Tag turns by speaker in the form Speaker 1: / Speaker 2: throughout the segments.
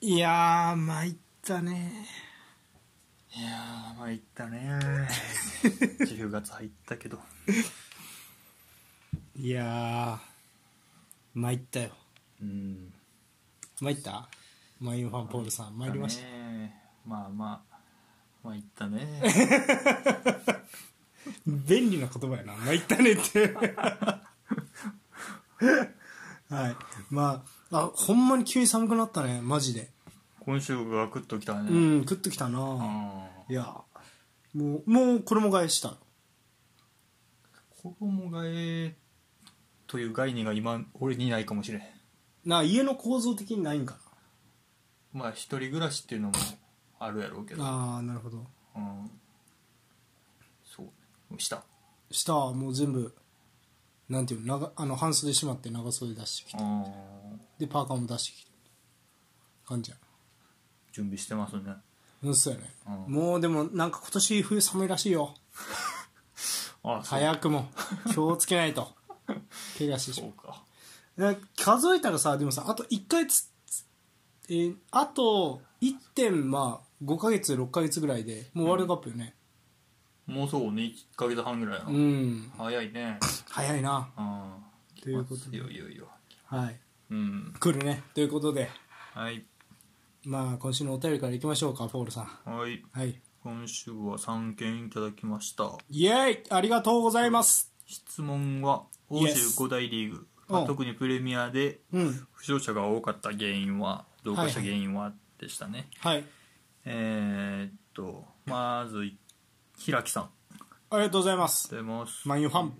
Speaker 1: いやー参ったね
Speaker 2: いやー参ったね 10月入ったけど
Speaker 1: いやー参ったよ
Speaker 2: うん
Speaker 1: 参ったマインファンポールさん参りました
Speaker 2: だねまあまあ参ったね
Speaker 1: 便利な言葉やな参ったねって はいまああほんまに急に寒くなったねマジで
Speaker 2: 今週がクッときたね
Speaker 1: うんグッときた
Speaker 2: う
Speaker 1: なんいやもうもう衣替えした
Speaker 2: 衣替えという概念が今俺にないかもしれん
Speaker 1: な家の構造的にないんか
Speaker 2: まあ一人暮らしっていうのもあるやろうけど、
Speaker 1: なああなるほど
Speaker 2: うん、そうした
Speaker 1: 下はもう全部なんていうの長あの半袖しまって長袖出してきて
Speaker 2: うん
Speaker 1: でパーカーも出してきて感じや
Speaker 2: 準備してますね
Speaker 1: うんそうやね、
Speaker 2: うん
Speaker 1: もうでもなんか今年冬寒いらしいよ
Speaker 2: あそう
Speaker 1: 早くも気をつけない と怪我してし
Speaker 2: そ
Speaker 1: ま
Speaker 2: うか
Speaker 1: うだから数えたらさでもさあと1回つつえーあと1点まあ5ヶ月6ヶ月ぐらいでもうワールドカップよね
Speaker 2: もうそうね1ヶ月半ぐらいやな、
Speaker 1: うん、
Speaker 2: 早いね
Speaker 1: 早いな
Speaker 2: うん
Speaker 1: ということで
Speaker 2: よいよいよ
Speaker 1: はい
Speaker 2: うん
Speaker 1: 来るねということで
Speaker 2: はい
Speaker 1: まあ今週のお便りからいきましょうかポールさん
Speaker 2: はい
Speaker 1: はい
Speaker 2: 今週は3件いただきました
Speaker 1: イエーイありがとうございます
Speaker 2: 質問は欧州5大リーグ、まあ
Speaker 1: うん
Speaker 2: 特にプレミアで
Speaker 1: うん
Speaker 2: 負傷者が多かった原因は同化した原因はでしたね、
Speaker 1: はい
Speaker 2: えー、っとまずい平木さんあ
Speaker 1: ありがとうございます
Speaker 2: りがとうございます
Speaker 1: マンユファン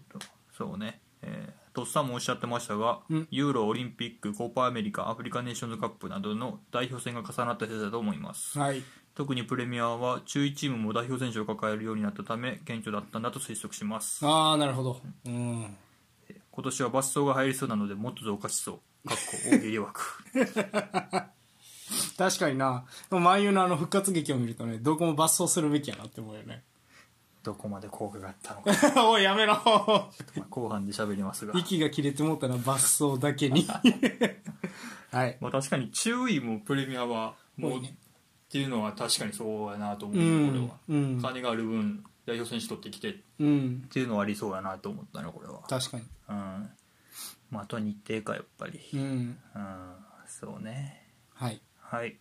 Speaker 2: そうね、えーとっさんもおっしゃってましたが、
Speaker 1: うん
Speaker 2: ユーロオリンピックコパアメリカアフリカネーションズカップなどの代表戦が重なった世代だと思います
Speaker 1: はい
Speaker 2: 特にプレミアは中位チームも代表選手を抱えるようになったため顕著だったんだと推測します
Speaker 1: ああなるほどうん
Speaker 2: 今年は抜走が入りそうなのでもっと増加しそうかっこ大喜利枠
Speaker 1: 確かになでも万有のあの復活劇を見るとねどこも抜走するべきやなって思うよね
Speaker 2: どこまで効果があったのか
Speaker 1: おいやめろ
Speaker 2: まあ 後半で喋りますが
Speaker 1: 息が切れてもうたな抜走だけ にはい
Speaker 2: まあ確かに中位もプレミアはも
Speaker 1: 多
Speaker 2: う
Speaker 1: い
Speaker 2: っ
Speaker 1: ね
Speaker 2: ていうのは確かにそうやなと思
Speaker 1: う
Speaker 2: う、俺
Speaker 1: ん
Speaker 2: は
Speaker 1: うん
Speaker 2: 金がある分代表選手取ってきてっ
Speaker 1: うん
Speaker 2: ていうのはありそうやなと思ったねこれは
Speaker 1: 確かに
Speaker 2: うんまああと日程かやっぱり
Speaker 1: う
Speaker 2: うん
Speaker 1: ん
Speaker 2: そうね
Speaker 1: はい
Speaker 2: は
Speaker 1: あ
Speaker 2: い
Speaker 1: り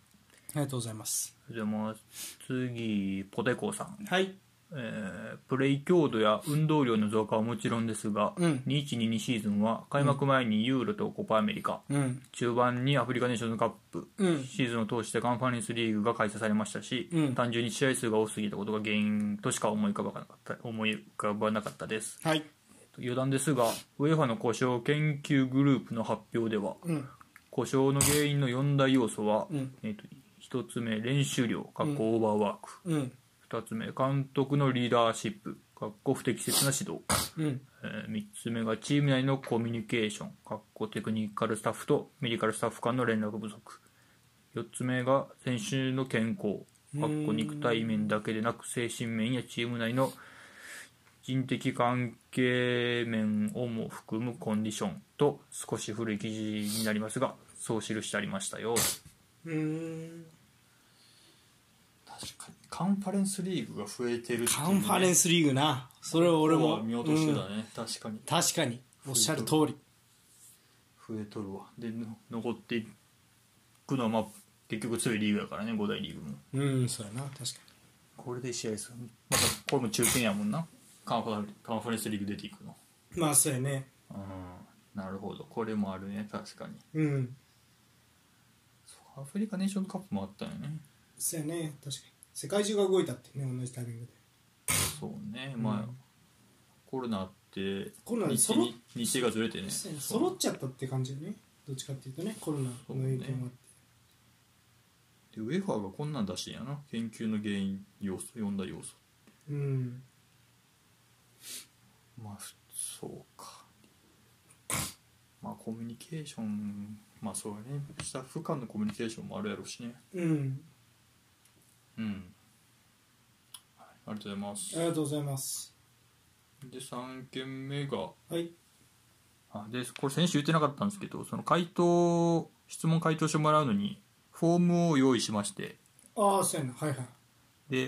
Speaker 1: がとうございます
Speaker 2: じゃあもう次ポテコさん
Speaker 1: はい
Speaker 2: えープレイ強度や運動量の増加はもちろんですが、
Speaker 1: うん
Speaker 2: 2122シーズンは開幕前にユーロとコパアメリカ、
Speaker 1: うん
Speaker 2: 中盤にアフリカネーションズカップ、
Speaker 1: うん
Speaker 2: シーズンを通してカンファレンスリーグが開催されましたし、
Speaker 1: うん
Speaker 2: 単純に試合数が多すぎたことが原因としか思い浮かばなかった思い浮かばなかったです
Speaker 1: はい
Speaker 2: 余談ですが UEFA の故障研究グループの発表では
Speaker 1: うん
Speaker 2: 故障の原因の4大要素は、
Speaker 1: うん
Speaker 2: えーと1つ目練習量かっこオーバーワーク、
Speaker 1: うん
Speaker 2: 2つ目監督のリーダーシップかっこ不適切な指導、
Speaker 1: うん
Speaker 2: え3つ目がチーム内のコミュニケーションかっこテクニカルスタッフとメディカルスタッフ間の連絡不足4つ目が選手の健康かっこ肉体面だけでなく精神面やチーム内の人的関係面をも含むコンディションと少し古い記事になりますがそう記してありましたよ
Speaker 1: うん
Speaker 2: 確かにカンファレンスリーグが増えてるって
Speaker 1: カンファレン
Speaker 2: ス
Speaker 1: スリーグなそれを俺も
Speaker 2: 見落として
Speaker 1: うん
Speaker 2: たね、確かに
Speaker 1: 確かにおっしゃる通り
Speaker 2: 増えとるわでの残っていくのはまあ結局強いリーグやからね5大リーグも
Speaker 1: うんそうやな確か
Speaker 2: これで試合するまたこれも中堅やもんなカンファカンファレンスリーグ出ていくの
Speaker 1: にまあそうやね
Speaker 2: うんなるほどこれもあるね確かに
Speaker 1: うん
Speaker 2: アフリカネーションズカップもあったよね
Speaker 1: そうやね確かに世界中が動いたってね同じタイミングで
Speaker 2: そうねまあ、
Speaker 1: うん
Speaker 2: コロナって
Speaker 1: コロナで
Speaker 2: 日
Speaker 1: 揃っ
Speaker 2: 程日程がずれてね
Speaker 1: そうやね揃っちゃったって感じよねどっちかっていうとねコロナの影響もあって
Speaker 2: でウェファーがこんなん出してんやな研究の原因要素4大要素
Speaker 1: うん
Speaker 2: まあそうかまあコミュニケーションまあそうやねスタッフ間のコミュニケーションもあるやろうしね
Speaker 1: うん
Speaker 2: うん、はい、ありがとうございます
Speaker 1: ありがとうございます
Speaker 2: で3件目が
Speaker 1: はい
Speaker 2: あでこれ先週言ってなかったんですけどその回答質問回答してもらうのにフォームを用意しまして
Speaker 1: ああそうやなはいはい
Speaker 2: で、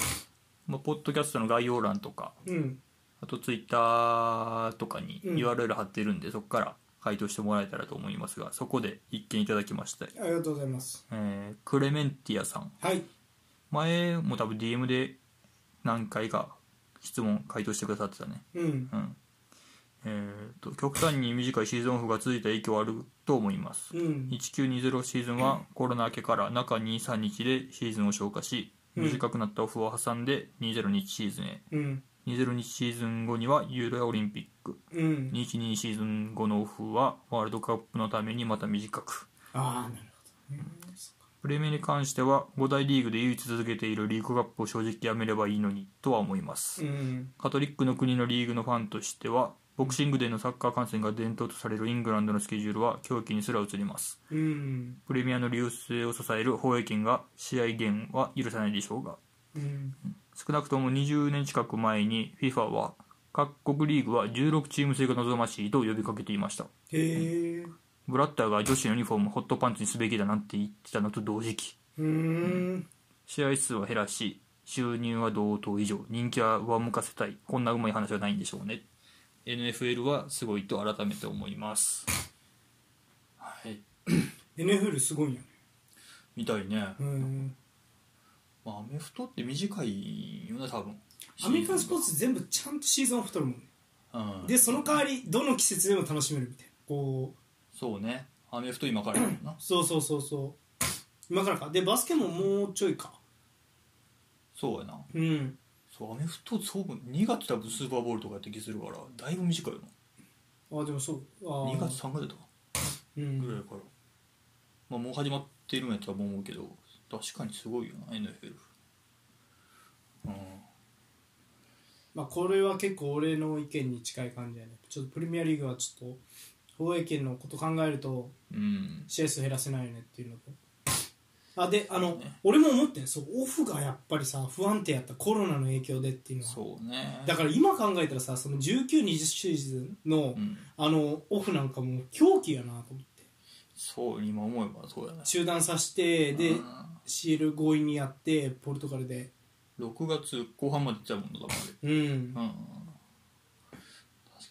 Speaker 2: まあ、ポッドキャストの概要欄とか
Speaker 1: うん
Speaker 2: あとツイッターとかに
Speaker 1: うん
Speaker 2: URL 貼ってるんで、そこから回答してもらえたらと思いますがそこで一件いただきました、
Speaker 1: ありがとうございます
Speaker 2: えークレメンティアさん
Speaker 1: はい
Speaker 2: 前も多分 DM で何回か質問回答してくださってたね
Speaker 1: うん
Speaker 2: うんえーと極端に短いシーズンオフが続いた影響はあると思います
Speaker 1: うん
Speaker 2: 1920シーズンはコロナ明けから中23日でシーズンを消化し
Speaker 1: うん
Speaker 2: 短くなったオフを挟んで202シーズンへ
Speaker 1: うん
Speaker 2: 202シーズン後にはユーロオリンピック
Speaker 1: うん
Speaker 2: 212シーズン後のオフはワールドカップのためにまた短く
Speaker 1: ああなるほどね
Speaker 2: プレミアに関しては5大リーグで唯一続けているリーグカップを正直やめればいいのにとは思います
Speaker 1: うん
Speaker 2: カトリックの国のリーグのファンとしてはボクシングデーのサッカー観戦が伝統とされるイングランドのスケジュールは狂気にすら移ります
Speaker 1: うん
Speaker 2: プレミアの流星を支える放映権が試合源は許さないでしょうが
Speaker 1: うん
Speaker 2: 少なくとも20年近く前に FIFA は各国リーグは16チーム制が望ましいと呼びかけていました
Speaker 1: へえ
Speaker 2: ブラッターが女子のユニフォームをホットパンツにすべきだなんて言ってたのと同時期
Speaker 1: うん
Speaker 2: 試合数は減らし収入は同等以上人気は上向かせたいこんなうまい話はないんでしょうね NFL はすごいと改めて思いますはい
Speaker 1: NFL すごいんやね
Speaker 2: みたいね、
Speaker 1: うん
Speaker 2: まあ、アメフトって短いよな多分
Speaker 1: アメリカンスポー
Speaker 2: ツ、
Speaker 1: ツ全部ちゃんとシーズンオフ取るもんね
Speaker 2: うん、
Speaker 1: でその代わりどの季節でも楽しめるみたいなこう
Speaker 2: そうねアメフト今からやる な
Speaker 1: そうそうそうそう今からかでバスケももうちょいか
Speaker 2: そうやな
Speaker 1: うん
Speaker 2: そうアメフトそう2月多分スーパーボールとかやって気するからだいぶ短いよ
Speaker 1: あでもそう
Speaker 2: な
Speaker 1: あ
Speaker 2: 2月3月だとか
Speaker 1: う
Speaker 2: ぐら
Speaker 1: ん
Speaker 2: いから、まあ、もう始まってるんやとは思うけど確かにすごいよな NFL うん
Speaker 1: まあこれは結構俺の意見に近い感じだねちょっとプレミアリーグはちょっと放映権のこと考えると
Speaker 2: うん
Speaker 1: 試合数減らせないよねっていうのとあであの、
Speaker 2: ね
Speaker 1: 俺も思ってんそうオフがやっぱりさ不安定やったコロナの影響でっていうのは
Speaker 2: そうね
Speaker 1: だから今考えたらさその1920シーズンの、
Speaker 2: うん、
Speaker 1: あのオフなんかもう狂気やなと思って
Speaker 2: そう今思えばそうやね
Speaker 1: 中断させてで
Speaker 2: うん
Speaker 1: シール強引にやってポルトガルで
Speaker 2: 6月後半まで行っちゃうもんだだか
Speaker 1: うん
Speaker 2: らあれうん確か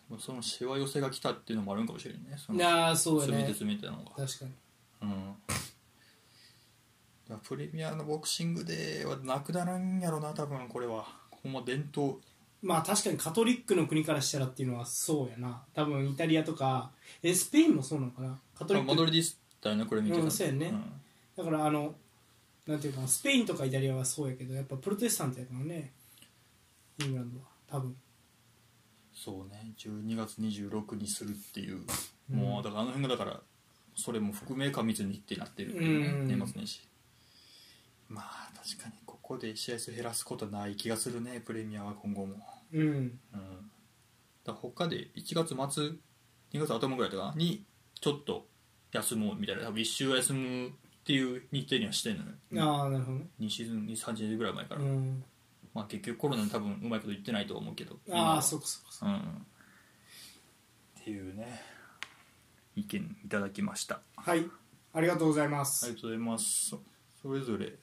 Speaker 2: にそのしわ寄せが来たっていうのもあるんかもしれないねその
Speaker 1: ああそうや
Speaker 2: 詰めて
Speaker 1: ね
Speaker 2: 詰めてなのが
Speaker 1: 確かに
Speaker 2: うんいやプレミアのボクシングデーはなくならんやろな多分これはほんま伝統
Speaker 1: まあ確かにカトリックの国からしたらっていうのはそうやな多分イタリアとかえスペインもそうなのかなカトリ
Speaker 2: ま
Speaker 1: ッ
Speaker 2: あマドリ
Speaker 1: ク
Speaker 2: ディスだよねこれ見てたの
Speaker 1: うんそうやねだからあのなんていうかなスペインとかイタリアはそうやけどやっぱプロテスタントやからねイングランドは多分
Speaker 2: そうね12月26にするっていう、
Speaker 1: うん
Speaker 2: もうだからあの辺がだからそれも含め過密にってなってるっていうね、
Speaker 1: うん
Speaker 2: 年末年始まあ確かにここで試合数減らすことはない気がするねプレミアは今後も
Speaker 1: うん
Speaker 2: うんだから他で1月末2月頭ぐらいとかにちょっと休もうみたいな多分1週休むっていう日程にはしてんのよ
Speaker 1: ああなるほどね
Speaker 2: 2シーズン23シーズンぐらい前か
Speaker 1: う
Speaker 2: ら、
Speaker 1: ん
Speaker 2: まあ結局コロナに多分うまいこと言ってないとは思うけど今
Speaker 1: あ
Speaker 2: は
Speaker 1: あそうかそうかそうか
Speaker 2: うんっていうね意見いただきましたあ
Speaker 1: はいありがとうございます、
Speaker 2: りがとうございますそそれぞれ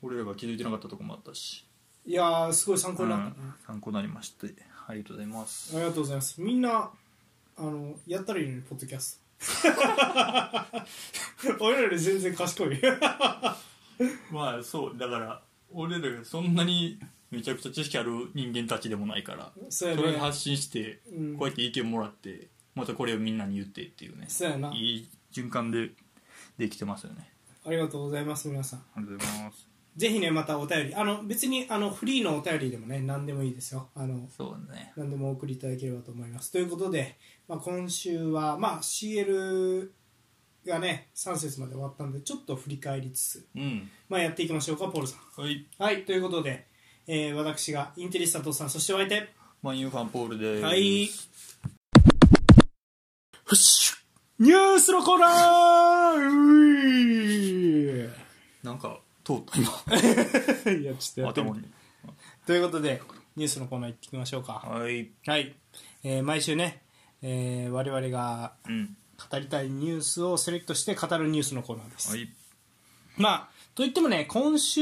Speaker 2: 俺らが気づいてなかったとこもあったし
Speaker 1: い、やーすごい参考になったな、
Speaker 2: うん参考になりましてありがとうございます
Speaker 1: ありがとうございますみんなあのやったらいいのにポッドキャスト 俺らより全然賢い
Speaker 2: まあそうだから俺らがそんなにめちゃくちゃ知識ある人間たちでもないから
Speaker 1: そうや
Speaker 2: それで
Speaker 1: ね
Speaker 2: 発信して
Speaker 1: うん
Speaker 2: こうやって意見もらってまたこれをみんなに言ってっていうね
Speaker 1: そうやない
Speaker 2: い循環でできてますよね
Speaker 1: ありがとうございます皆さん
Speaker 2: ありがとうございます
Speaker 1: ぜひねまたお便りあの別にあのフリーのお便りでもね何でもいいですよあの
Speaker 2: そうね
Speaker 1: 何でもお送りいただければと思いますということで、まあ、今週は、まあ、CL がね3節まで終わったんでちょっと振り返りつつ、
Speaker 2: うん
Speaker 1: まあ、やっていきましょうかポールさん
Speaker 2: はい
Speaker 1: はいということで、えー私がインテリスタトさんそしてお相手
Speaker 2: マンユーファンポールです
Speaker 1: はいニュースのコーナー
Speaker 2: なんか通った今
Speaker 1: ういいやちょっとやってみ
Speaker 2: 頭
Speaker 1: て
Speaker 2: に
Speaker 1: ということでニュースのコーナー行っていきましょうか
Speaker 2: はい
Speaker 1: はい、えー毎週ね、えー我々が
Speaker 2: うん
Speaker 1: 語りたいニュースをセレクトして語るニュースのコーナーです、
Speaker 2: はい
Speaker 1: まあといってもね今週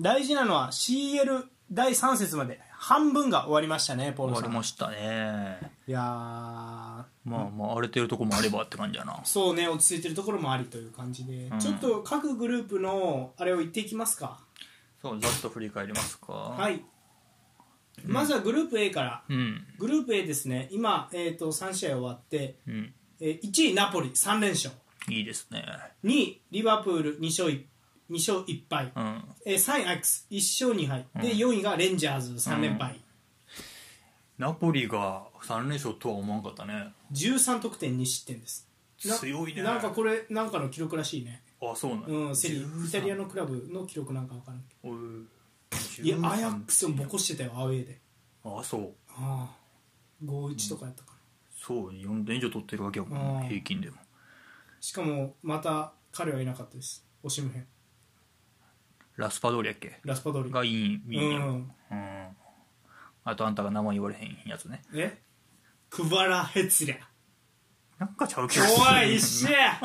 Speaker 1: 大事なのは CL 第3節まで半分が終わりましたねポー
Speaker 2: 終
Speaker 1: ル
Speaker 2: わ
Speaker 1: さ
Speaker 2: り
Speaker 1: ん
Speaker 2: ましたね
Speaker 1: いやー
Speaker 2: まあまあ荒れてるとこもあればって感じやな
Speaker 1: そうね落ち着いてるところもありという感じで、
Speaker 2: ん
Speaker 1: ちょっと各グループのあれを言っていきますか
Speaker 2: そうざっと振り返りますか
Speaker 1: は、
Speaker 2: はい
Speaker 1: まずはグループ A から
Speaker 2: うん
Speaker 1: グループ A ですね今、えー、と3試合終わって、
Speaker 2: うん
Speaker 1: え1位ナポリ3連勝
Speaker 2: いいですね
Speaker 1: 2位リバプール2勝 1, 2勝1敗、
Speaker 2: うん
Speaker 1: えー3位アックス1勝2敗、で4位がレンジャーズ3連敗、
Speaker 2: ナポリが3連勝とは思わんかったね
Speaker 1: 13得点2失点ですな
Speaker 2: 強いね
Speaker 1: なんかこれなんかの記録らしいね
Speaker 2: あそうなん
Speaker 1: うん、セリ
Speaker 2: 13
Speaker 1: イタリアのクラブの記録なんかわからんけ
Speaker 2: おう
Speaker 1: どいやアヤックスもボコしてたよアウェーで
Speaker 2: あそう
Speaker 1: ああ5-1とかやったかな、
Speaker 2: そう4点以上取ってるわけやもん
Speaker 1: う
Speaker 2: ね
Speaker 1: ん
Speaker 2: 平均でも
Speaker 1: しかもまた彼はいなかったですオシムヘン
Speaker 2: ラスパドーリやっけ
Speaker 1: ラスパドリ
Speaker 2: がいいいいやん
Speaker 1: うん
Speaker 2: うんあとあんたが名前言われへんやつね
Speaker 1: えクバラヘツリャ
Speaker 2: なんかちゃうけど
Speaker 1: おい一緒や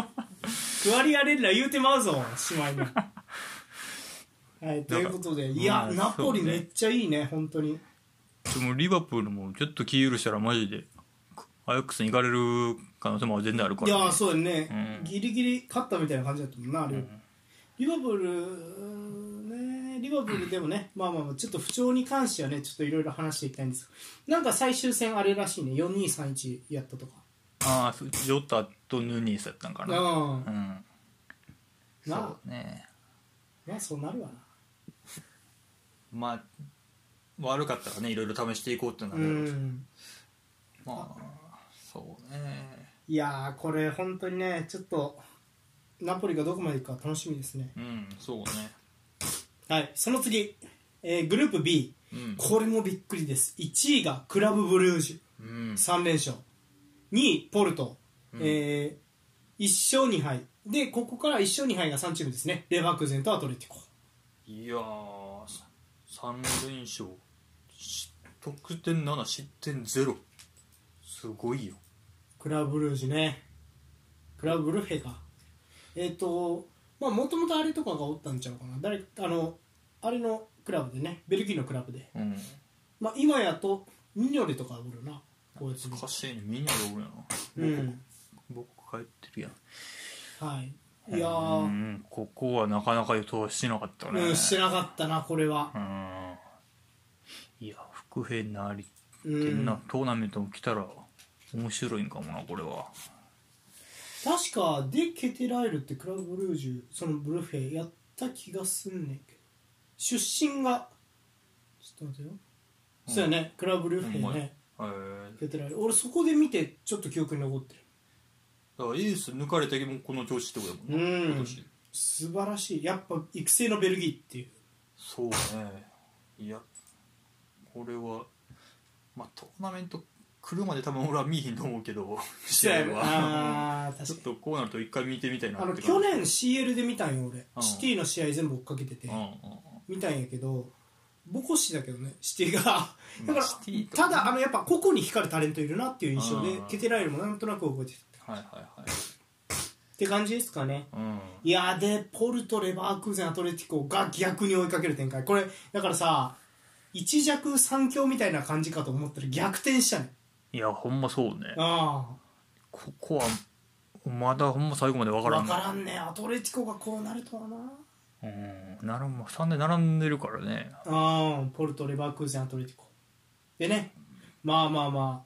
Speaker 1: クワリアレッラ言うてまうぞしまいにはいということでいや
Speaker 2: うん
Speaker 1: ナポリ
Speaker 2: そうね
Speaker 1: めっちゃいいね本当に
Speaker 2: でもリバプールもちょっと気許したらマジでアヤックスに行かれる可能性も全然あるか
Speaker 1: い
Speaker 2: ら、
Speaker 1: やそうだね、
Speaker 2: うん
Speaker 1: ギリギリ勝ったみたいな感じだったもんなあれ、リバプールうーんねリバプールでもね、まあまあまあちょっと不調に関してはねちょっといろいろ話していきたいんですなんか最終戦あれらしいね4231やったとか
Speaker 2: ああそうジョタとヌニースやったんかな
Speaker 1: うん
Speaker 2: うんそ
Speaker 1: な
Speaker 2: うね
Speaker 1: まあそうなるわな
Speaker 2: まあ悪かったらねいろいろ試していこうってな
Speaker 1: う
Speaker 2: るやろうけど
Speaker 1: ん
Speaker 2: まあそうね
Speaker 1: いやーこれ本当にねちょっとナポリがどこまでいくか楽しみですね
Speaker 2: うんそうね
Speaker 1: はいその次、えーグループ B
Speaker 2: うん
Speaker 1: これもびっくりです1位がクラブブルージ
Speaker 2: うん
Speaker 1: ュ3連勝2位ポルト、え1勝2敗でここから1勝2敗が3チームですねレバークーゼンとアトレティコ
Speaker 2: いやー3連勝し得点7失点0すごいよ
Speaker 1: クラブブルージュねクラブブルフェがえっ、とまあもともとあれとかがおったんちゃうかな誰あのあれのクラブでねベルギーのクラブで
Speaker 2: うん
Speaker 1: まあ、今やとミニョレとかおるなこうやって
Speaker 2: 難しいねみんなでおるやな
Speaker 1: うん
Speaker 2: 僕帰ってるやん
Speaker 1: はいいや
Speaker 2: う
Speaker 1: ー
Speaker 2: んここはなかなか予想してなかったね
Speaker 1: うんしてなかったなこれは
Speaker 2: うんいや伏兵なり
Speaker 1: う
Speaker 2: ってん
Speaker 1: ん
Speaker 2: な、トーナメントも来たら面白いんかもなこれは
Speaker 1: 確かでケテラエルってクラブブルージュそのブルフェやった気がすんねんけど出身がちょっと待てよ、そうやねクラブブルフ
Speaker 2: ほ
Speaker 1: ェ
Speaker 2: んまや
Speaker 1: ね
Speaker 2: えー
Speaker 1: ケテラエル俺そこで見てちょっと記憶に残ってる
Speaker 2: だからエース抜かれたけどこの調子ってことやもんな
Speaker 1: うん
Speaker 2: 今年
Speaker 1: 素晴らしいやっぱ育成のベルギーっていう
Speaker 2: そうねいやこれはまあトーナメント来るまで多分俺は見えひんと思う けど試合は
Speaker 1: ああー
Speaker 2: ちょ
Speaker 1: 確
Speaker 2: っ
Speaker 1: かに
Speaker 2: とこうなると一回見てみたいな
Speaker 1: あの
Speaker 2: って
Speaker 1: 去
Speaker 2: 感じ
Speaker 1: 年 CL で見たんよ俺、
Speaker 2: うん
Speaker 1: シティの試合全部追っかけてて、
Speaker 2: うんうん
Speaker 1: 見たんやけどボコシだけどねシティが だから、
Speaker 2: シティと
Speaker 1: た
Speaker 2: か
Speaker 1: だあのやっぱ個々に光るタレントいるなっていう印象で
Speaker 2: うん
Speaker 1: ケテラエルもなんとなく覚えてる
Speaker 2: はいはいはい
Speaker 1: って感じですかね
Speaker 2: うん
Speaker 1: いやーでポルトレバークーゼンアトレティコが逆に追いかける展開これだからさ一弱三強みたいな感じかと思ったら逆転したね
Speaker 2: いやほんまそうね
Speaker 1: あ
Speaker 2: ここはまだほんま最後まで分
Speaker 1: あ
Speaker 2: からん
Speaker 1: 分からんねアトレティコがこうなるとはな
Speaker 2: うんならん3で並んでるからね
Speaker 1: ああポルトレバークーゼンアトレティコでねまあまあまあ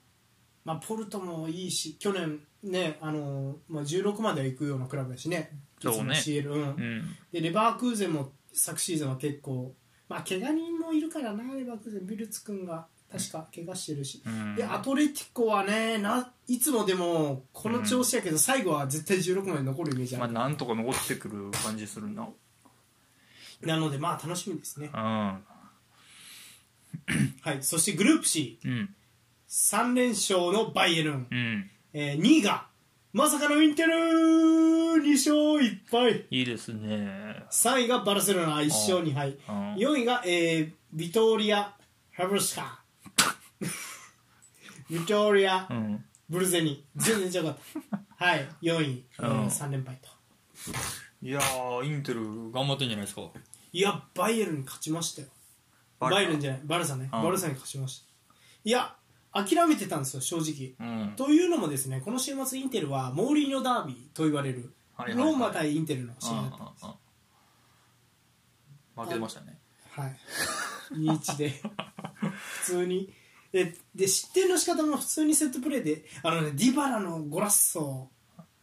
Speaker 1: まあポルトもいいし去年ねあのーまあ、16までは行くようなクラブだしね
Speaker 2: そう
Speaker 1: い
Speaker 2: ね
Speaker 1: つも CL、うん
Speaker 2: うん
Speaker 1: でレバークーゼンも昨シーズンは結構まあ怪我人もいるからなレバークーゼンビルツ君が確か怪我してるし、
Speaker 2: うん
Speaker 1: でアトレティコはねないつもでもこの調子やけど、最後は絶対16まで残るイメージあ
Speaker 2: まあ
Speaker 1: る、
Speaker 2: なんとか残ってくる感じするな
Speaker 1: なのでまあ楽しみですね、
Speaker 2: うん
Speaker 1: はい、そしてグループ C
Speaker 2: うん
Speaker 1: 3連勝のバイエルン、
Speaker 2: うん
Speaker 1: えー、2位がまさかのインテル2勝1敗
Speaker 2: いいですね
Speaker 1: 3位がバルセロナ1勝2敗
Speaker 2: うん
Speaker 1: 4位が、えー、ビトーリア・ハブルス カビトーリア
Speaker 2: う・ん
Speaker 1: ブルゼニ全然違かったはい4位、え
Speaker 2: う
Speaker 1: ー、
Speaker 2: ん
Speaker 1: 3連敗と
Speaker 2: いやーインテル頑張ってんじゃないですか
Speaker 1: いやバイエルンに勝ちましたよ
Speaker 2: バ
Speaker 1: バイ
Speaker 2: ルサ
Speaker 1: エルンじゃないバルサね
Speaker 2: うん
Speaker 1: バルサに勝ちましたいや諦めてたんですよ正直
Speaker 2: うん
Speaker 1: というのもですねこの週末インテルはモーリーニョダービーと言われる
Speaker 2: はいはいはい
Speaker 1: ローマ対インテルの試合だったんです
Speaker 2: うんうんうん負けてましたね
Speaker 1: はい2 1で 普通にでで失点の仕方も普通にセットプレーであのねディバラのゴラッソ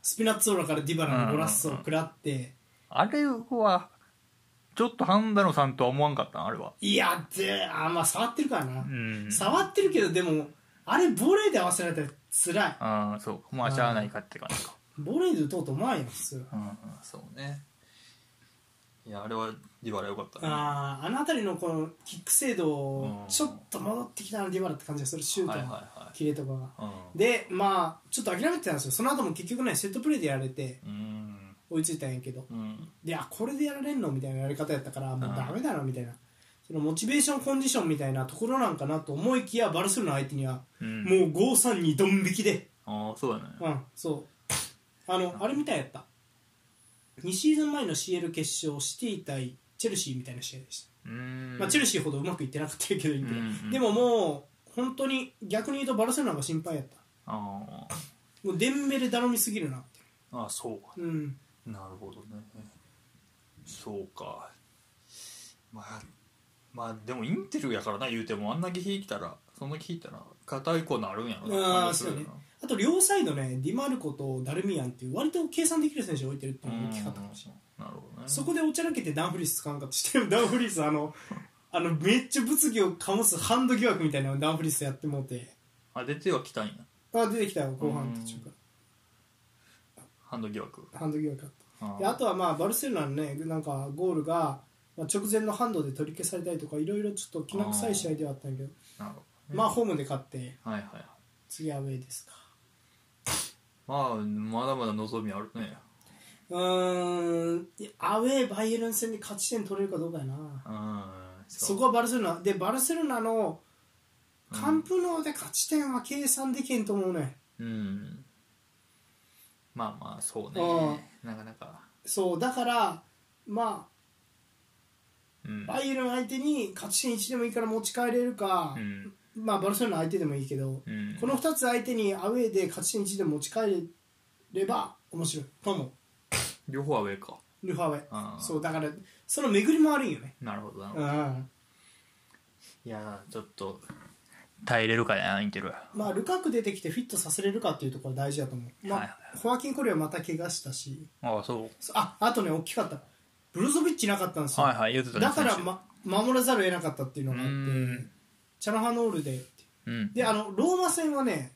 Speaker 1: スピナッツオーラからディバラのゴラッソを食らって、
Speaker 2: あれはちょっとハンダのさんとは思わんかったなあれはい
Speaker 1: やであまあ触ってるからな、
Speaker 2: うん
Speaker 1: 触ってるけどでもあれボレーで合わせられたらつらい
Speaker 2: ああそうまあしゃあないかって感じか
Speaker 1: ボレーで打とうと思わんよ普通
Speaker 2: うんうんそうねいやあれはディバラよかったね
Speaker 1: あーあの辺りのこのキック精度
Speaker 2: うん
Speaker 1: ちょっと戻ってきたのディバラって感じがするシュート
Speaker 2: はいは
Speaker 1: の
Speaker 2: いはい
Speaker 1: キレとかが、
Speaker 2: う
Speaker 1: でまあちょっと諦めてたんですよその後も結局ねセットプレーでやられて
Speaker 2: ん
Speaker 1: 追いついたんやけど
Speaker 2: うんうん
Speaker 1: であこれでやられんのみたいなやり方やったからもう
Speaker 2: あー
Speaker 1: ダメだなみたいなそのモチベーションコンディションみたいなところなんかなと思いきやバルセロナ相手には
Speaker 2: うん
Speaker 1: もう532ドン引きで
Speaker 2: ああそうだね
Speaker 1: うんそうあのあれみたいやった2シーズン前の CL 決勝シティ対チェルシーみたいな試合でした
Speaker 2: うん
Speaker 1: まあ、チェルシーほどうまくいってなかったけど、インテル
Speaker 2: うんうん
Speaker 1: でももう本当に逆に言うとバルセロナが心配やった
Speaker 2: あ
Speaker 1: もうデンベレ頼みすぎるなって
Speaker 2: ああそう
Speaker 1: うん
Speaker 2: なるほどねそうかまあまあでもインテルやからな言うてもあんだけ引いたらそんだけ引いたら硬い子なるんやろな
Speaker 1: あーそうねあと両サイドねディマルコとダルミアンっていう割と計算できる選手を置いてるっていうのが大きかったかもしれない
Speaker 2: なるほどね
Speaker 1: そこでおちゃらけてダンフリース使わんかったしてダンフリースあのあのめっちゃ物議を醸すハンド疑惑みたいなのをダンフリースやってもうて
Speaker 2: あ出てはきたんや
Speaker 1: あ出てきたよ後半途中か
Speaker 2: ハンド疑惑
Speaker 1: らハンド疑惑あった
Speaker 2: あ
Speaker 1: であとはまあバルセロナのねなんかゴールがまあ直前のハンドで取り消されたりとかいろいろちょっときな臭い試合ではあったんやけど
Speaker 2: なるほどね
Speaker 1: まあホームで勝って
Speaker 2: はいはいはい
Speaker 1: 次アウェイですか
Speaker 2: まあまだまだ望みあるね
Speaker 1: うーんいやアウェーバイエルン戦で勝ち点取れるかどうかやな
Speaker 2: うん
Speaker 1: そこはバルセロナでバルセロナのカンプノーで勝ち点は計算できへんと思うね
Speaker 2: うんまあまあそう
Speaker 1: あ
Speaker 2: ねなかなか
Speaker 1: そうだからま
Speaker 2: うん
Speaker 1: あバイエルン相手に勝ち点1でもいいから持ち帰れるか
Speaker 2: う、ん
Speaker 1: まあバルセロナ相手でもいいけど、
Speaker 2: うん
Speaker 1: この2つ相手にアウェーで勝ち点1で持ち帰れば面白いかも
Speaker 2: 両方は上か
Speaker 1: ルファウェ
Speaker 2: あー
Speaker 1: そうだからその巡りも悪いよね
Speaker 2: なるほどなるほど
Speaker 1: うん
Speaker 2: いやーちょっと耐えれるかなインテル
Speaker 1: まあルカク出てきてフィットさせれるかっていうところ大事だと思う、まあ
Speaker 2: はいはい
Speaker 1: ホアキン・コリはまた怪我したし
Speaker 2: ああそ
Speaker 1: そああとね大きかったブロゾビッチなかったんです
Speaker 2: う
Speaker 1: よ、
Speaker 2: はいはい言ってたね
Speaker 1: だから、
Speaker 2: 先週
Speaker 1: ま、守らざるを得なかったっていうのがあっ
Speaker 2: う
Speaker 1: て
Speaker 2: ん
Speaker 1: チャノハノールで
Speaker 2: うん
Speaker 1: であのローマ戦はね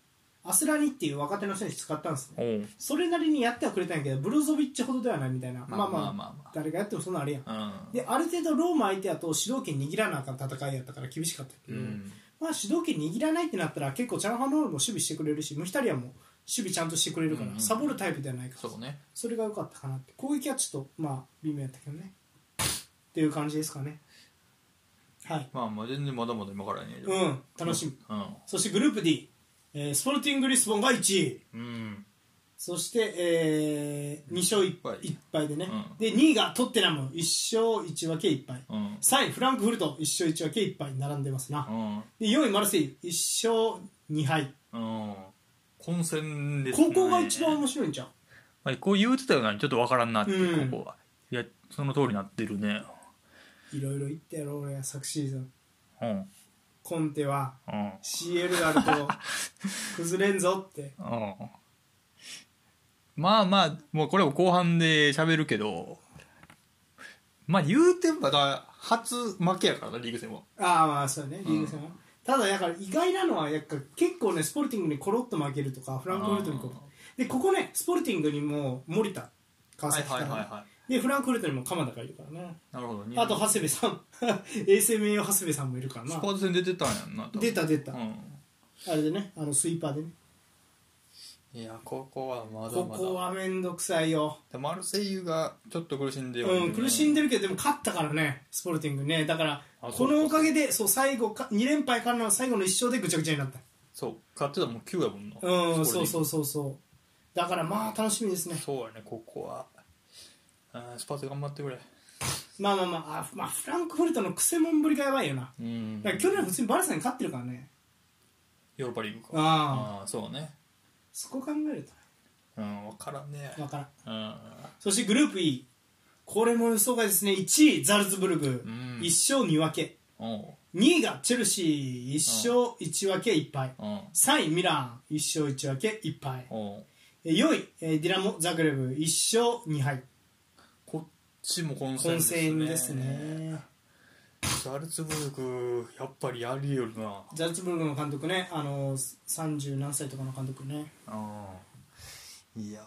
Speaker 1: アスラニっていう若手の選手使ったんですね
Speaker 2: おう
Speaker 1: それなりにやってはくれたんやけどブロゾビッチほどではないみたいな、
Speaker 2: まあ
Speaker 1: まあまあ
Speaker 2: まあまあまあ
Speaker 1: 誰がやってもそんなんあれやん
Speaker 2: うん
Speaker 1: である程度ローマ相手やと主導権握らなあかん戦いやったから厳しかったけ
Speaker 2: う
Speaker 1: ど、
Speaker 2: ん
Speaker 1: まあ、主導権握らないってなったら結構チャンハノールも守備してくれるしムヒタリアも守備ちゃんとしてくれるから、
Speaker 2: うんうん
Speaker 1: サボるタイプではないから
Speaker 2: そうね
Speaker 1: それが良かったかなって攻撃はちょっとまあ微妙やったけどねっていう感じですかねはい
Speaker 2: まあまあ全然まだまだ今からね
Speaker 1: うん楽しみ、
Speaker 2: うん
Speaker 1: そしてグループ D、えースポルティング・リスボンが1位
Speaker 2: うん
Speaker 1: そして、え2勝1敗
Speaker 2: 一敗
Speaker 1: でね、
Speaker 2: うん
Speaker 1: で2位がトッテナム1勝1分け1敗、
Speaker 2: うん
Speaker 1: 3位フランクフルト1勝1分け1敗並んでますな、
Speaker 2: うん
Speaker 1: で4位マルセイユ1勝2敗
Speaker 2: うん混戦ですね
Speaker 1: ここが一番面白いんちゃう
Speaker 2: まあこう言うてたよなちょっとわからんなって
Speaker 1: うん
Speaker 2: ここはいやその通りなってるね
Speaker 1: いろいろ言ったやろ俺は昨シーズン
Speaker 2: うん
Speaker 1: コンテは
Speaker 2: うん
Speaker 1: CL がある と崩れんぞって
Speaker 2: うんまあまあもうこれも後半で喋るけどまあ言うてんばだ初負けやからなリーグ戦は
Speaker 1: ああまあそうねリーグ戦は、ただやから意外なのはやっぱ結構ねスポルティングにコロッと負けるとかフランクフルトにこうでここねスポルティングにも森田川
Speaker 2: はい
Speaker 1: 崎
Speaker 2: はい
Speaker 1: か
Speaker 2: はい
Speaker 1: ら
Speaker 2: は
Speaker 1: でフランクフルトにも鎌田がいるからね
Speaker 2: いなるほど
Speaker 1: あと長谷部さん 衛生名誉長谷部さんもいるから
Speaker 2: ス
Speaker 1: な
Speaker 2: ポーツ戦出てたんやんな多分
Speaker 1: 出た出た、
Speaker 2: う
Speaker 1: あれでねあのスイーパーでね
Speaker 2: んいやここはまだ
Speaker 1: こ
Speaker 2: ま
Speaker 1: こ
Speaker 2: だ
Speaker 1: はめんどくさいよ
Speaker 2: でマルセイユがちょっと苦しんでよ
Speaker 1: うん、苦しん
Speaker 2: で
Speaker 1: でるけどでも勝ったからねスポルティングねだから
Speaker 2: あ
Speaker 1: このおかげでそう最後か2連敗からの最後の1勝でぐちゃぐちゃになった
Speaker 2: そう勝ってたらもう9やもんな
Speaker 1: うん
Speaker 2: ス
Speaker 1: そ
Speaker 2: コアリング
Speaker 1: うそうそうそうだからまあ楽しみですね
Speaker 2: そうやねここはあースパーズ頑張ってくれ
Speaker 1: まあまあまああまあフランクフルトのクセモンぶりがやばいよな
Speaker 2: うん
Speaker 1: だから去年普通にバルサに勝ってるからね
Speaker 2: ヨーロッパリーグ
Speaker 1: あ
Speaker 2: か
Speaker 1: あ
Speaker 2: ああーそうね
Speaker 1: そこ考えるとね
Speaker 2: うん分からんね
Speaker 1: 分からん
Speaker 2: うん
Speaker 1: そしてグループ E これも予想外ですね1位ザルツブルグ、
Speaker 2: うん
Speaker 1: 1勝2分け
Speaker 2: おう
Speaker 1: 2位がチェルシー1勝1分け1敗
Speaker 2: うん
Speaker 1: 3位ミラン1勝1分け1敗
Speaker 2: おう
Speaker 1: 4位えーディラモ・ザグレブ1勝2敗
Speaker 2: こっちも混
Speaker 1: 混
Speaker 2: 戦ですね
Speaker 1: 戦ですね
Speaker 2: ザルツブルクやっぱりやりよるな
Speaker 1: ザルツブルグの監督ねあの30何歳とかの監督ね、
Speaker 2: うんいや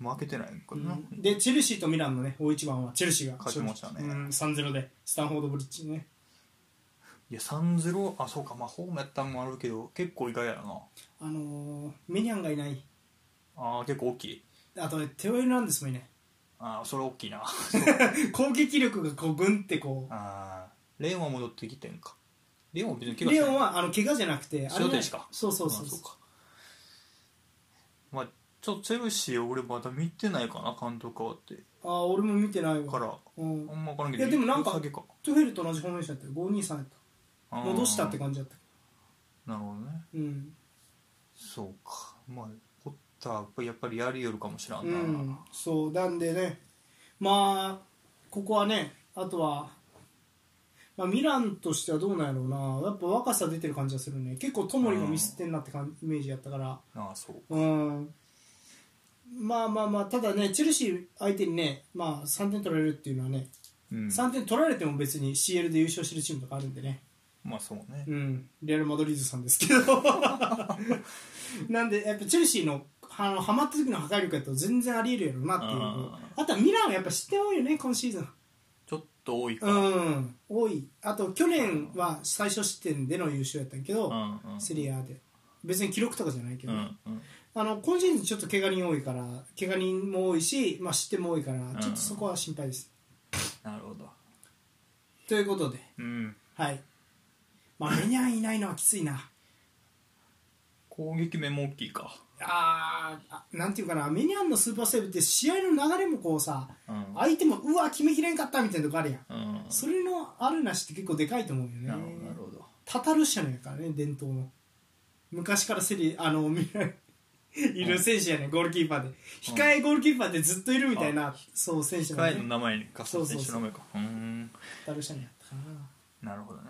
Speaker 2: ー負けてないんかな、
Speaker 1: でチェルシーとミランのね大一番はチェルシーが
Speaker 2: 勝ちましたね
Speaker 1: うん、3-0でスタンフォードブリッジね
Speaker 2: いや3-0あそうかまあホームやったんもあるけど結構意外やな
Speaker 1: あのーメニャンがいない
Speaker 2: あー結構大きい
Speaker 1: あとねテオ・エルナンデスもいない
Speaker 2: あーそれ大きいな
Speaker 1: 攻撃力がこうグンってこ
Speaker 2: あーレオンは戻ってきてんかレオンは別に
Speaker 1: う
Speaker 2: 怪我
Speaker 1: レ
Speaker 2: し
Speaker 1: オ
Speaker 2: てない
Speaker 1: ンはあの怪我じゃなくてあ
Speaker 2: 塩
Speaker 1: ね
Speaker 2: 手しか
Speaker 1: そうそう
Speaker 2: あ
Speaker 1: そう
Speaker 2: ー
Speaker 1: そう
Speaker 2: かまあちょっとチェルシーを俺まだ見てないかな監督はって
Speaker 1: ああ俺も見てないわ
Speaker 2: から
Speaker 1: うん
Speaker 2: あ、んま分からんけど
Speaker 1: いやでもなんか
Speaker 2: 良さげか
Speaker 1: トゥフェルと同じフォーメーションだったよ523やっ
Speaker 2: あ
Speaker 1: た
Speaker 2: ー
Speaker 1: 戻したって感じだった
Speaker 2: なるほどね
Speaker 1: うん、
Speaker 2: そうかまあホッターやっぱりやりよるかもしら
Speaker 1: うん
Speaker 2: な、
Speaker 1: ん、そうなんでねまあここはねあとは、まあ、ミランとしてはどうなんやろうなやっぱ若さ出てる感じがするね結構トモリがミスってんなって感イメージやったから
Speaker 2: ああそう
Speaker 1: うんまあまあまあただねチェルシー相手にね、まあ、3点取られるっていうのはね、
Speaker 2: うん
Speaker 1: 3点取られても別に CL で優勝してるチームとかあるんでね
Speaker 2: まあそうね
Speaker 1: うん、レアル・マドリードさんですけどなんでやっぱチェルシーのあのハマった時の破壊力やと全然ありえるやろうなっていう
Speaker 2: あ
Speaker 1: あとはミランはやっぱ失点多いよね今シーズン
Speaker 2: ちょっと多いか
Speaker 1: う
Speaker 2: うん
Speaker 1: ん多いあと去年は最初失点での優勝やったんやけど、
Speaker 2: うん
Speaker 1: セリアで別に記録とかじゃないけ
Speaker 2: う
Speaker 1: ど、
Speaker 2: んうん
Speaker 1: あの今シーズンちょっと怪我人多いから怪我人も多いし、まあ、失点も多いから
Speaker 2: ん
Speaker 1: ちょっとそこは心配です、
Speaker 2: なるほど
Speaker 1: ということで
Speaker 2: うん
Speaker 1: はいまあメニャンいないのはきついな
Speaker 2: 攻撃面も大きいか
Speaker 1: あーあなんていうかなメニャンのスーパーセーブって試合の流れもこうさ
Speaker 2: うん
Speaker 1: 相手もうわ決めきれんかったみたいなとこあるやん
Speaker 2: うん
Speaker 1: それのあるなしって結構でかいと思うよね
Speaker 2: なるほどなるほど
Speaker 1: タタルシャのやからね伝統の昔からセリあのみいる選手やね、ゴールキーパーで控えゴールキーパーでずっといるみたいな、そう選手な
Speaker 2: 彼
Speaker 1: んで
Speaker 2: の
Speaker 1: ね
Speaker 2: 名前か
Speaker 1: そうそうそう
Speaker 2: 選手の名前かうーん
Speaker 1: タタルシャのやったかな、
Speaker 2: なるほどね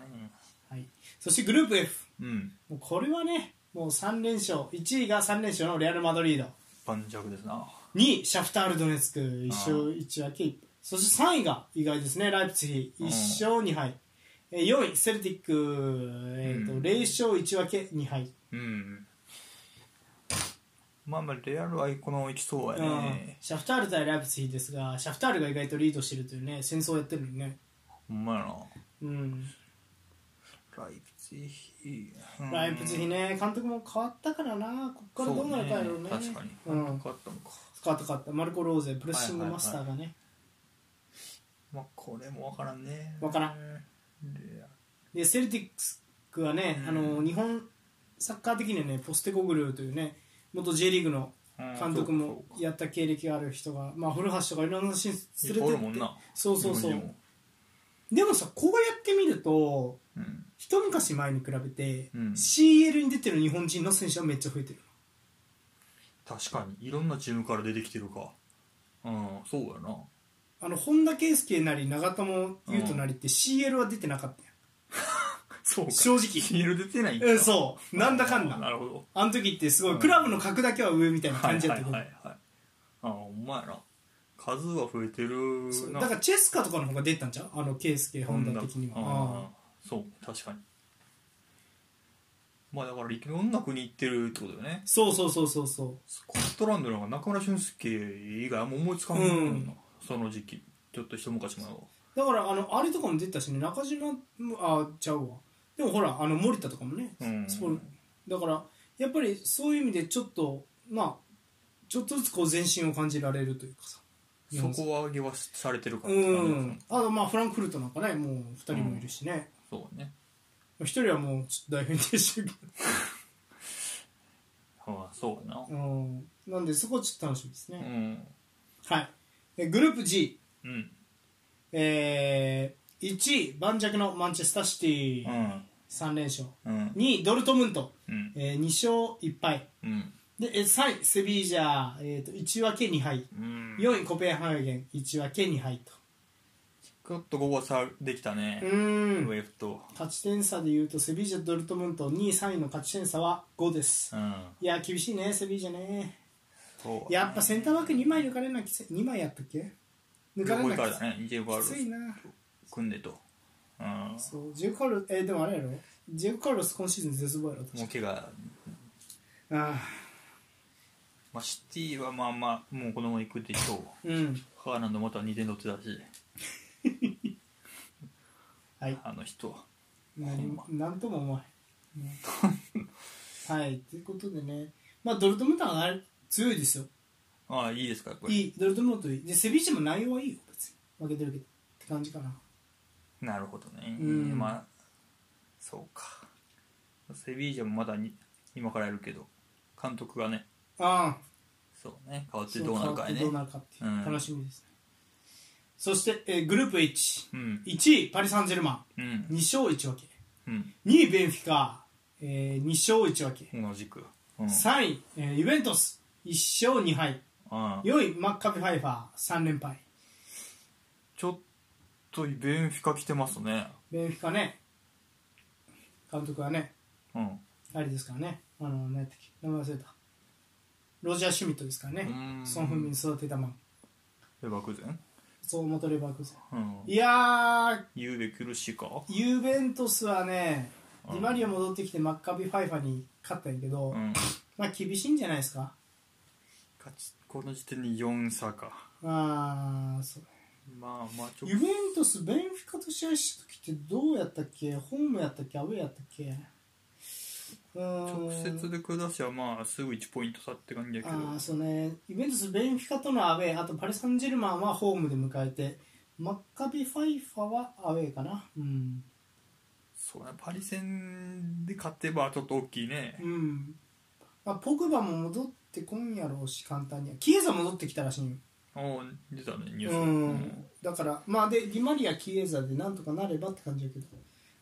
Speaker 1: はい、そしてグループ F
Speaker 2: うん
Speaker 1: もうこれはねもう3連勝1位が3連勝のレアル・マドリード
Speaker 2: 盤石ですな
Speaker 1: 2位シャフタール・ドネツク1勝1分けそして3位が意外ですねライプツィヒ
Speaker 2: うん
Speaker 1: 1勝2敗、えー4位セルティック、えーと
Speaker 2: うん
Speaker 1: 0勝1分け2敗
Speaker 2: うんまあまあレアルはこのいきそうや
Speaker 1: うん
Speaker 2: ね
Speaker 1: シャフタール対ライプツィヒですがシャフタールが意外とリードしてるというね戦争をやってるのにね、
Speaker 2: ほんまやな
Speaker 1: うん、
Speaker 2: ライプツィヒうん
Speaker 1: ライプツィヒね監督も変わったからなここからどうなるかやろうね
Speaker 2: そう確かに
Speaker 1: うん、
Speaker 2: 変
Speaker 1: 変
Speaker 2: わったのか
Speaker 1: わった変わったマルコ・ローゼプレッシングマスターがね、
Speaker 2: まあこれも分からんね
Speaker 1: わからん
Speaker 2: レ
Speaker 1: でセルティックはね、あの日本サッカー的にはねポステコグルーというね元 J リーグの
Speaker 2: アル
Speaker 1: 監督
Speaker 2: うんそ
Speaker 1: も
Speaker 2: うか
Speaker 1: やった経歴がある人が、まあ、古橋とかいろんな人連れて
Speaker 2: いっぱいお
Speaker 1: っ
Speaker 2: るもん
Speaker 1: て
Speaker 2: な
Speaker 1: そうそうそ
Speaker 2: 日
Speaker 1: う
Speaker 2: 本にも
Speaker 1: でもさこうやって見ると
Speaker 2: うん
Speaker 1: 一昔前に比べて、
Speaker 2: うん
Speaker 1: CL に出てる日本人の選手はめっちゃ増えてる
Speaker 2: 確かにいろんなチームから出てきてるかうんそうやな
Speaker 1: あの本田圭佑なり長友佑都なりって CL は出てなかったやん
Speaker 2: そうか
Speaker 1: 正直
Speaker 2: ヒール出てないん
Speaker 1: うんそうなんだかん
Speaker 2: な
Speaker 1: だ
Speaker 2: るほど
Speaker 1: あの時ってすご
Speaker 2: う
Speaker 1: い
Speaker 2: ん
Speaker 1: クラブの格だけは上みたいな
Speaker 2: は
Speaker 1: 感
Speaker 2: いは
Speaker 1: じ
Speaker 2: い
Speaker 1: やっ
Speaker 2: は
Speaker 1: た
Speaker 2: い
Speaker 1: けど
Speaker 2: はいああほんまやな数は増えてる
Speaker 1: そう
Speaker 2: な
Speaker 1: だからチェスカとかの方が出たんじゃうあの圭佑
Speaker 2: 本
Speaker 1: 本田的には
Speaker 2: あ
Speaker 1: ああ
Speaker 2: あそう確かにまあだからいろんな国行ってるってことだよね
Speaker 1: そうそうそうそうそ
Speaker 2: スコットランドなんか中村俊輔以外あんま思いつかんかったもんな、その時期ちょっと一昔前は
Speaker 1: うだからあのあれとかも出たしね中島あちゃうわでもほらあの森田とかもね、
Speaker 2: うん
Speaker 1: スポルだからやっぱりそういう意味でちょっとまあちょっとずつこう前進を感じられるというかさ
Speaker 2: そこは上げはされてるからって感
Speaker 1: う
Speaker 2: じだったの
Speaker 1: んあとまあフランクフルトなんかねもう2人もいるしね、
Speaker 2: そうね
Speaker 1: まあ一人はもうちょっと代表でした け
Speaker 2: ああそうやな
Speaker 1: ど、うん、なんでそこはちょっと楽しみですね、
Speaker 2: うん
Speaker 1: はいえグループ G
Speaker 2: うん
Speaker 1: えー、1位、盤石のマンチェスターシティ、
Speaker 2: うん
Speaker 1: 3連勝、
Speaker 2: うん
Speaker 1: 2位、ドルトムント、
Speaker 2: うん
Speaker 1: えー、2勝1敗、
Speaker 2: うん
Speaker 1: でえー3位、セビージャー、えー、と1分け2敗、
Speaker 2: うん
Speaker 1: 4位、コペンハーゲン、1分け2敗と。
Speaker 2: ちょっとここ差できた
Speaker 1: う
Speaker 2: ね、
Speaker 1: ー
Speaker 2: ウ
Speaker 1: ん
Speaker 2: ェフと
Speaker 1: 勝ち点差でいうとセビージャドルトムント2位3位の勝ち点差は5です、
Speaker 2: うん
Speaker 1: いや厳しいねセビージャね
Speaker 2: そう
Speaker 1: やっぱセンターバック2枚抜かれなきつい2枚やったっけ抜かれな
Speaker 2: 横
Speaker 1: き
Speaker 2: 行か
Speaker 1: ゃ
Speaker 2: れだねイジェブア
Speaker 1: き
Speaker 2: ル
Speaker 1: ついな
Speaker 2: 組んでとうん
Speaker 1: そうジェフカルえーでもあれやろジェフカルロス今シーズン絶望やろ確か
Speaker 2: もう怪我
Speaker 1: あ
Speaker 2: まあ、シティはまあまあもうこのまま行くでしょう
Speaker 1: あうん
Speaker 2: ハーランドまた2点取ってたし
Speaker 1: はい
Speaker 2: あの人は
Speaker 1: 何も
Speaker 2: ほ
Speaker 1: なんとも思わへん、 ねはいということでねまあドルトムントはあれ強いですよ
Speaker 2: ああいいですかこれ
Speaker 1: いいドルトムントいいでセビージャも内容はいいよ別に負けてるけどって感じかな
Speaker 2: なるほどね、
Speaker 1: うん
Speaker 2: まあそうかセビージャもまだに今からやるけど監督がね
Speaker 1: ああ
Speaker 2: そうね変わってどうなるかね
Speaker 1: どうなるかっていう
Speaker 2: うん
Speaker 1: 楽しみですね、そして、えーグループ
Speaker 2: う
Speaker 1: 11
Speaker 2: ん
Speaker 1: 位パリ・サンジェルマ
Speaker 2: う
Speaker 1: ン2
Speaker 2: ん
Speaker 1: 勝1分け
Speaker 2: うん
Speaker 1: 2位ベンフィカ、えー、2勝1分け
Speaker 2: 同じくうん
Speaker 1: 3位、えーユベントス1勝2敗
Speaker 2: うん
Speaker 1: 4位マッカビ・ファイファー3連敗
Speaker 2: ちょっとベンフィカ来てますね
Speaker 1: ベンフィカね監督はね
Speaker 2: うん
Speaker 1: あれですからねあの何やったっけ名前忘れたロジャー・シュミットですからね
Speaker 2: うん
Speaker 1: ソン・フンミン育てたまん
Speaker 2: レバークーゼン
Speaker 1: そう元レバークーゼン
Speaker 2: うん
Speaker 1: いやー
Speaker 2: ゆうべ苦しいか
Speaker 1: ユーベントスはね、
Speaker 2: う
Speaker 1: デ
Speaker 2: ん
Speaker 1: ィマリア戻ってきてマッカビ・ファイファに勝ったんやけど、
Speaker 2: うん
Speaker 1: まあ厳しいんじゃないですか。
Speaker 2: 勝ちこの時点に4差か
Speaker 1: あーそう
Speaker 2: まあまあちょっ
Speaker 1: ユベントス、ベンフィカと試合した時ってどうやったっけホームやったっけアウェーやったっけうーん
Speaker 2: 直接で下しはまあすぐ1ポイント差って感じやけど
Speaker 1: ああそうねイベントスベンフィカとのアウェーあとパリ・サンジェルマンはホームで迎えてマッカビ・ファイファはアウェーかなうん、
Speaker 2: そうねパリ戦で勝てばちょっと大きいね
Speaker 1: うんまあ、ポグバも戻ってこんやろうし簡単にはキエザ戻ってきたらしいんよ
Speaker 2: おお出たねニュース
Speaker 1: う、
Speaker 2: うん
Speaker 1: だからまあでディマリア・キエザでなんとかなればって感じやけど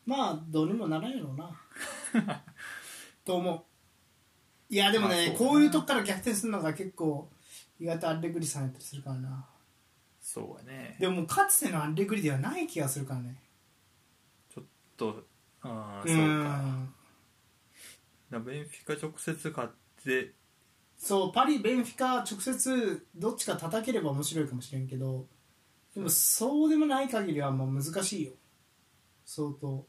Speaker 1: まあどうにもならんやろうな と思ういやでも
Speaker 2: まあ
Speaker 1: ね、
Speaker 2: そうだな
Speaker 1: こういうとこから逆転するのが結構意外とアレグリさんやったりするからな
Speaker 2: そうやね
Speaker 1: でももうかつてのアレグリではない気がするからね
Speaker 2: ちょっとああ
Speaker 1: う
Speaker 2: そうか
Speaker 1: ん
Speaker 2: だベンフィカ直接勝って
Speaker 1: そうパリベンフィカ直接どっちか叩ければ面白いかもしれんけどでもそうでもない限りはまあ難しいよ相当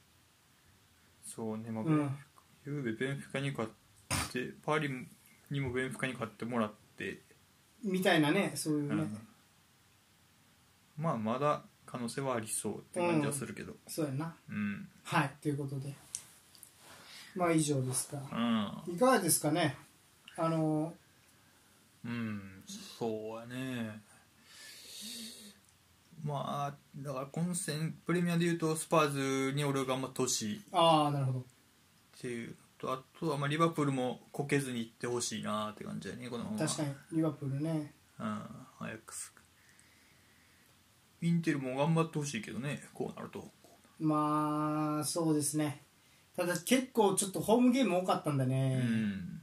Speaker 2: そうねまあ、
Speaker 1: うん
Speaker 2: ゆうべベンフィカに勝ってパリにもベンフィカに勝ってもらって、
Speaker 1: みたいなねそういううね、
Speaker 2: ん、まあまだ可能性はありそうって感じはするけど
Speaker 1: そうやな
Speaker 2: うん
Speaker 1: はいということでまあ以上ですか
Speaker 2: うん、
Speaker 1: いかがですかねあの
Speaker 2: うん、そうやね。まあ、だから今戦、プレミアで言うと、スパーズに俺が頑張ってほしいっ
Speaker 1: ああなるほど
Speaker 2: ていうと、あとはまあリバプールもこけずにいってほしいなって感じだね、このまま。
Speaker 1: 確かにリバプールね
Speaker 2: うん、アヤックス。インテルも頑張ってほしいけどね、こうなると。
Speaker 1: まあそうですねただ結構ちょっとホームゲーム多かったんだ
Speaker 2: う
Speaker 1: ね、
Speaker 2: ん、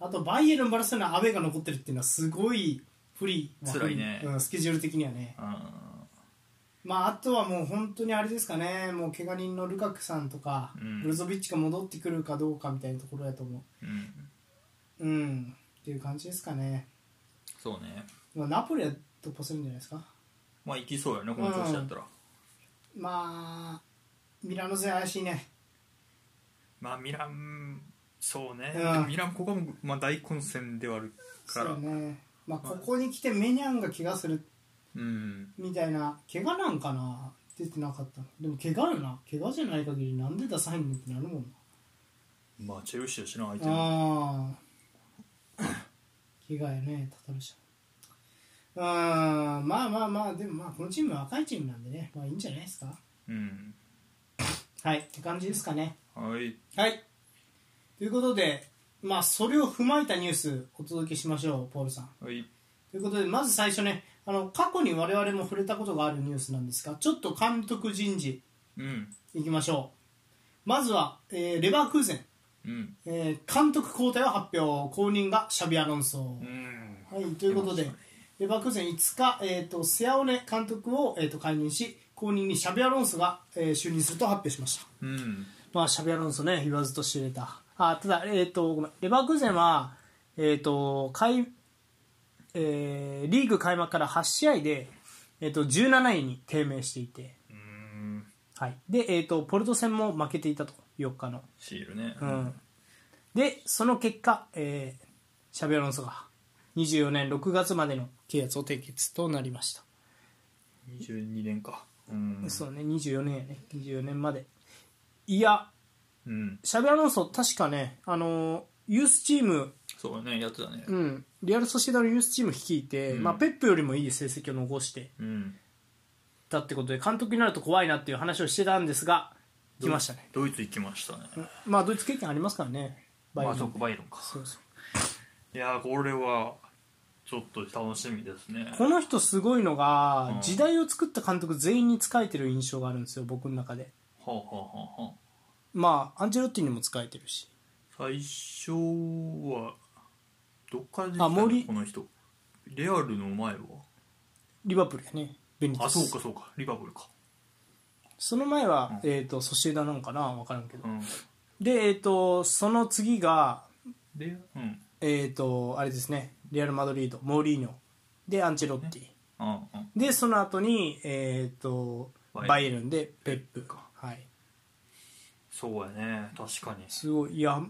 Speaker 1: あとバイエルンバルセロナアウェーが残ってるっていうのはすごい不利
Speaker 2: 辛いね
Speaker 1: 不利うん、スケジュール的にはね
Speaker 2: あ
Speaker 1: まああとはもう本当にあれですかねもう怪我人のルカクさんとか、
Speaker 2: うん
Speaker 1: ブルゾビッチが戻ってくるかどうかみたいなところだと思
Speaker 2: ーうん、
Speaker 1: ううんっていう感じですかね
Speaker 2: そうね。
Speaker 1: まあ、ナポリは突破するんじゃないですか
Speaker 2: まあ、いきそうやね、この調子だったら。
Speaker 1: まあミラノ勢怪しいね
Speaker 2: まあミランそうね、
Speaker 1: うん
Speaker 2: でもミランここも、まあ、大混戦ではある
Speaker 1: そ
Speaker 2: か
Speaker 1: う
Speaker 2: ら
Speaker 1: よねまあ
Speaker 2: は
Speaker 1: こ
Speaker 2: い
Speaker 1: こに来てメニャンが怪我する
Speaker 2: うん
Speaker 1: みたいな怪我なんかな出てなかったのでも怪我よな怪我じゃない限りなんで出さへんのってなるもんな
Speaker 2: まあチェルシーやしな相手も
Speaker 1: ああー怪我やねタタルシャあーまあまあまあでもまあこのチームは若いチームなんでねまあいいんじゃないですか
Speaker 2: うん
Speaker 1: はいって感じですかね、
Speaker 2: はい
Speaker 1: はい。ということで、まあ、それを踏まえたニュースお届けしましょう、ポールさん。
Speaker 2: はい
Speaker 1: ということで、まず最初ね、あの過去に我々も触れたことがあるニュースなんですがちょっと監督人事
Speaker 2: うん
Speaker 1: いきましょうまずは、えーレバークーゼン、
Speaker 2: うん
Speaker 1: えー監督交代を発表後任がシャビアロンソ、
Speaker 2: うん
Speaker 1: はい、ということで、レバークーゼン5日、えー、とセアオネ監督を、えー、と解任し後任にシャビアロンソが、えー就任すると発表しました
Speaker 2: うん
Speaker 1: まあ、シャビアロンソね、言わずと知れた。あ、ただ、えっ、と、ごめん、レバークーゼンは、えっ、と、開、えーリーグ開幕から8試合で、えっ、と、17位に低迷していて、
Speaker 2: うん
Speaker 1: はい。で、えっ、と、ポルト戦も負けていたと、4日の。
Speaker 2: シールね
Speaker 1: うん。で、その結果、えーシャビアロンソが、24年6月までの契約を締結となりました。
Speaker 2: 22年かうん
Speaker 1: そうね、24年やね、24年まで。いや、
Speaker 2: うん
Speaker 1: シャビアロンソ、確かね、あのーユースチーム、
Speaker 2: そうねやつだね
Speaker 1: うん、リアル・ソシエダのユースチーム率いて、
Speaker 2: うん
Speaker 1: まあ、ペップよりもいい成績を残して
Speaker 2: うん
Speaker 1: たってことで、監督になると怖いなっていう話をしてたんですが、来ましたね。
Speaker 2: ドイツ行きましたね
Speaker 1: まあ、ドイツ経験ありますからね、バイエ
Speaker 2: ま
Speaker 1: ル
Speaker 2: あ
Speaker 1: ン
Speaker 2: そこバイロンか
Speaker 1: そうそう
Speaker 2: いやーこれはちょっと楽しみですね
Speaker 1: この人、すごいのが、
Speaker 2: うん
Speaker 1: 時代を作った監督全員に仕えてる印象があるんですよ、僕の中で。
Speaker 2: はあ、はあはあはあ、
Speaker 1: まあ、アンジェロッティにも仕えてるし、
Speaker 2: 最初はどっから出てき
Speaker 1: あ
Speaker 2: たの
Speaker 1: 森
Speaker 2: この人レアルの前は
Speaker 1: リバプールやね、ベニテス
Speaker 2: あそうかそうかリバプールか
Speaker 1: その前は、
Speaker 2: うん
Speaker 1: えっ、と、ソシエダなんかな、わからんけど
Speaker 2: う。ん
Speaker 1: で、えっ、と、その次が、
Speaker 2: でうん
Speaker 1: えー、とあれですねレアル・マドリードモーリーニョでアンチェロッティ、
Speaker 2: ああ
Speaker 1: でその後にえっ、と
Speaker 2: バイエルン
Speaker 1: バイエルンでペップはい
Speaker 2: そうやね確かに
Speaker 1: すごいいや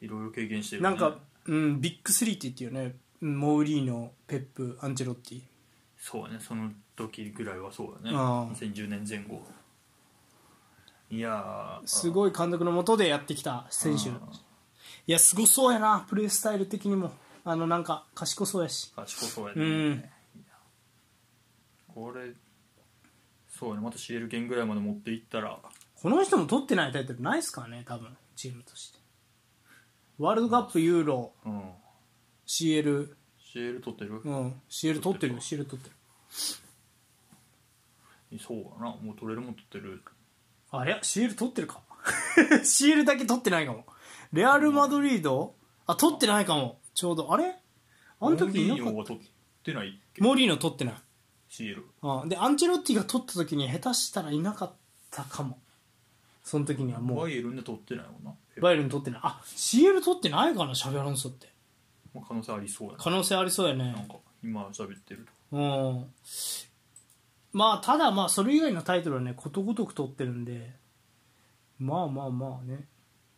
Speaker 2: いろいろ経験してる、ね、
Speaker 1: なんか、うん、ビッグスリーって言っていうよねうんモーリーニョペップアンチェロッティ
Speaker 2: そうやねその時ぐらいはそうやね
Speaker 1: ああ
Speaker 2: 2010年前後いやー
Speaker 1: すごい監督のもとでやってきた選手い
Speaker 2: うん
Speaker 1: やすごそうやなプレースタイル的にもあのなんか賢そうやし
Speaker 2: 賢そうやね、
Speaker 1: うん
Speaker 2: いやこれそうやねまた CL 圏ぐらいまで持っていったら
Speaker 1: この人も取ってないタイトルないっすからね多分チームとしてワールドカップユーロ
Speaker 2: うん
Speaker 1: CL
Speaker 2: CL 取ってる、
Speaker 1: うん、シール取ってるよ、シー
Speaker 2: 取
Speaker 1: ル取ってる。
Speaker 2: そうやなもう取れるもん取ってる
Speaker 1: あ、いや、シール取ってるか。 シールだけ取ってないかも。レアル・マドリードあ、取ってないかも。ちょうど。あれあの時いな
Speaker 2: モーリー
Speaker 1: か
Speaker 2: ニョ
Speaker 1: っ。
Speaker 2: は取ってないったけ
Speaker 1: モーリーノ取ってない。
Speaker 2: CL
Speaker 1: あで、アンチェロッティが取った時に下手したらいなかったかも。その時にはも
Speaker 2: バ
Speaker 1: う。
Speaker 2: イエルンで取ってないもんな、
Speaker 1: バイエルン取ってない。あ、シール取ってないかな、シャビアロンソって。
Speaker 2: まあ、可能性ありそうやな
Speaker 1: 可能性ありそうや
Speaker 2: なん
Speaker 1: ね。
Speaker 2: か今喋ってると
Speaker 1: うん。まあ、ただまあ、それ以外のタイトルはね、ことごとく取ってるんで、まあまあまあね。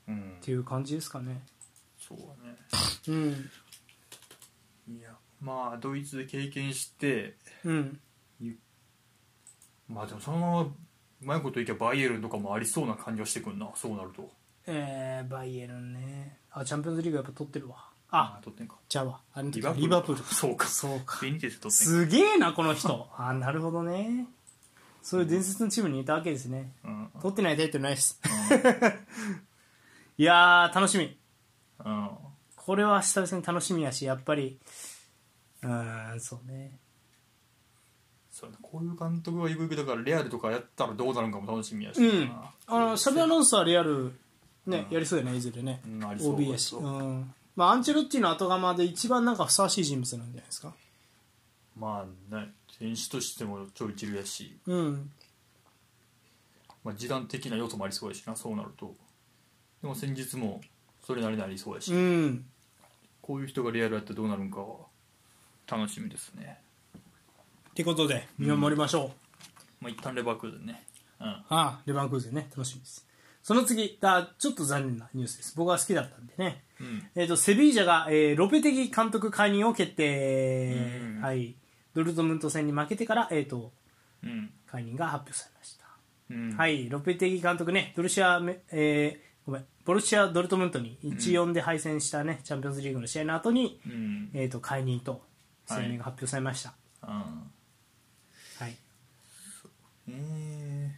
Speaker 2: うん
Speaker 1: っていう感じですかね。
Speaker 2: そうやね
Speaker 1: うん。
Speaker 2: いやまあドイツで経験して
Speaker 1: うん。
Speaker 2: まあでもそのままうまいこといけばバイエルンとかもありそうな感じはしてくんなそうなると
Speaker 1: えー、バイエルンね。あ、チャンピオンズリーグやっぱ取ってるわ。あ、
Speaker 2: 取ってんか
Speaker 1: じゃあわ。あの時
Speaker 2: リバプール
Speaker 1: リバプール。
Speaker 2: そうか
Speaker 1: そうか。
Speaker 2: ベニテス取ってんか
Speaker 1: すげえな、この人。 あ、なるほどね。そういう伝説のチームにいたわけですね。
Speaker 2: うんうん
Speaker 1: 取ってないタイトルないです。 いやー、楽しみ。
Speaker 2: うん
Speaker 1: これは久々に楽しみやし、やっぱり、うーん、そうね。
Speaker 2: そうやなこういう監督はゆくゆくだからレアルとかやったらどうなるんかも楽しみやし
Speaker 1: う
Speaker 2: な、
Speaker 1: ん。あの、シャビアロンソはリアル、ね、やりそうやね、いずれね。
Speaker 2: うんありそう
Speaker 1: OB やし。
Speaker 2: あ
Speaker 1: う。
Speaker 2: りそうん
Speaker 1: まあ、アンチェロッティの後釜で一番なんかふさわしい人物なんじゃないですか。
Speaker 2: まあね選手としても超一流やし、
Speaker 1: うん。
Speaker 2: まあ、時短的な要素もありそうやしなそうなるとでも先日もそれなりにありそうやし、
Speaker 1: うん。
Speaker 2: こういう人がレアルやったらどうなるんかは楽しみですね
Speaker 1: ってことで見守りましょう、
Speaker 2: まあ一旦レバークーゼンねうん
Speaker 1: ああレバンクーゼンね楽しみですその次あちょっと残念なニュースです僕は好きだったんでね、
Speaker 2: うん
Speaker 1: えー、とセビージャが、えーロペテギ監督解任を決定
Speaker 2: うん
Speaker 1: はいドルトムント戦に負けてから、えー、と
Speaker 2: うん
Speaker 1: 解任が発表されました、
Speaker 2: うん
Speaker 1: はいいロペテギ監督ねドルシアメ、えーごめんボルシア・ドルトムントに1-4で敗戦したね、チャンピオンズリーグの試合の後に、
Speaker 2: うん
Speaker 1: えー、と解任と声明が発表されました、
Speaker 2: うん
Speaker 1: はい
Speaker 2: え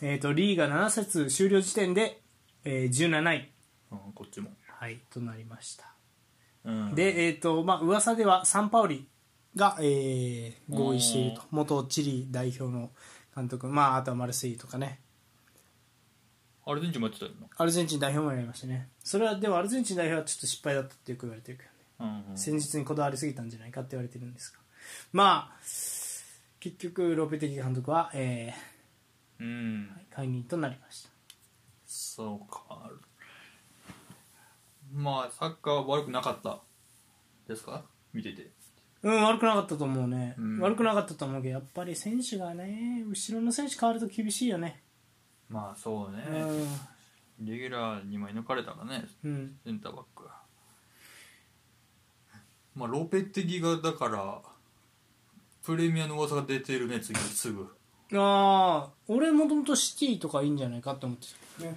Speaker 1: えー、とリーが7節終了時点で、えー17位、
Speaker 2: ー、うんこっちも、
Speaker 1: はい、となりました、
Speaker 2: うん、
Speaker 1: で、えーとまあ噂ではサンパウリが、えー合意していると元チリ代表の監督、まあ、あとはマルセイユとかね
Speaker 2: アルゼンチンもやってたよ
Speaker 1: アルゼンチン代表もやりましたねそれはでもアルゼンチン代表はちょっと失敗だったってよく言われてるけどね
Speaker 2: な、うんうん、
Speaker 1: 戦術にこだわりすぎたんじゃないかって言われてるんですがまあ結局ロペティ監督は、え
Speaker 2: うん
Speaker 1: ー解任となりました
Speaker 2: そうかまあサッカーは悪くなかったですか見てて
Speaker 1: うん悪くなかったと思うね、
Speaker 2: うん
Speaker 1: 悪くなかったと思うけどやっぱり選手がね後ろの選手変わると厳しいよね
Speaker 2: まあそうねレギュラー2枚抜かれたらね
Speaker 1: うん、うん、
Speaker 2: センターバックはまあロペティがだからプレミアの噂が出てるね次すぐ
Speaker 1: ああ俺もともとシティとかいいんじゃないかって思ってたね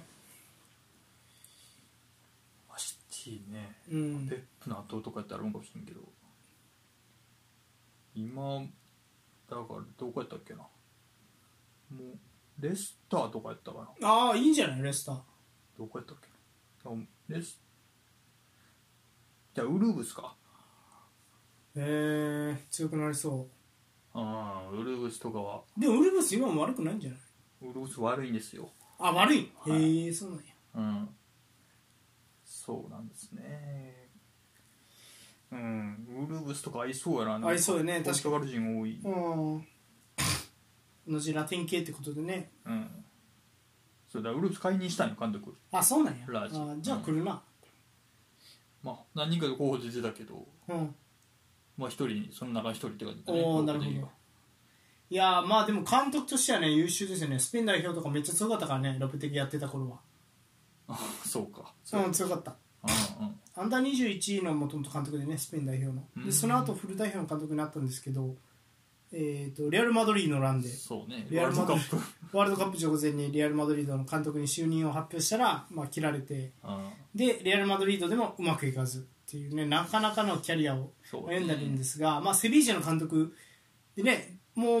Speaker 2: まあシティね
Speaker 1: うん
Speaker 2: ペップの後とかやったらあるんかもしれんけど今だからどこやったっけなもうレスターとかやったかな
Speaker 1: ああいいんじゃないレスター
Speaker 2: どこやったっけなあレスじゃあウルブスか
Speaker 1: へえ強くなりそ
Speaker 2: ああウルブスとかは
Speaker 1: うでもウルブス今も悪くないんじゃない
Speaker 2: ウルブス悪いんですよ
Speaker 1: あ悪い、
Speaker 2: はい
Speaker 1: へえそうなんや
Speaker 2: うんそうなんですねうんウルブスとか合いそうやななんか
Speaker 1: 合いそうやね
Speaker 2: ポルトガル人多い
Speaker 1: うんのじラテン系ってことでね
Speaker 2: うんそうだウルブス解任したんよ監督
Speaker 1: あそうなんや
Speaker 2: ラ
Speaker 1: あ
Speaker 2: ジ
Speaker 1: ーじゃあ来るな
Speaker 2: まあ、何人かで候補出てたけど、
Speaker 1: うん、
Speaker 2: まあ、一人その中一人って感じだね
Speaker 1: おおなるほ
Speaker 2: ロペティ
Speaker 1: どいやーまあでも監督としてはね優秀ですよねスペイン代表とかめっちゃ強かったからねロペティやってた頃は
Speaker 2: が そうかそう
Speaker 1: うん強かった
Speaker 2: うんうん
Speaker 1: アンダー21のもともと監督でねスペイン代表の
Speaker 2: う
Speaker 1: で
Speaker 2: ん
Speaker 1: その後フル代表の監督になったんですけど、えー、とレアル・マドリードの乱で
Speaker 2: そうね
Speaker 1: レアルマドリー
Speaker 2: プ
Speaker 1: ワールドカップ直前にレアル・マドリードの監督に就任を発表したら、まあ、切られて
Speaker 2: うん
Speaker 1: でレアル・マドリードでもうまくいかずっていうねなかなかのキャリアを
Speaker 2: そうね
Speaker 1: 歩んだんですが、まあ、セビージャの監督でねもう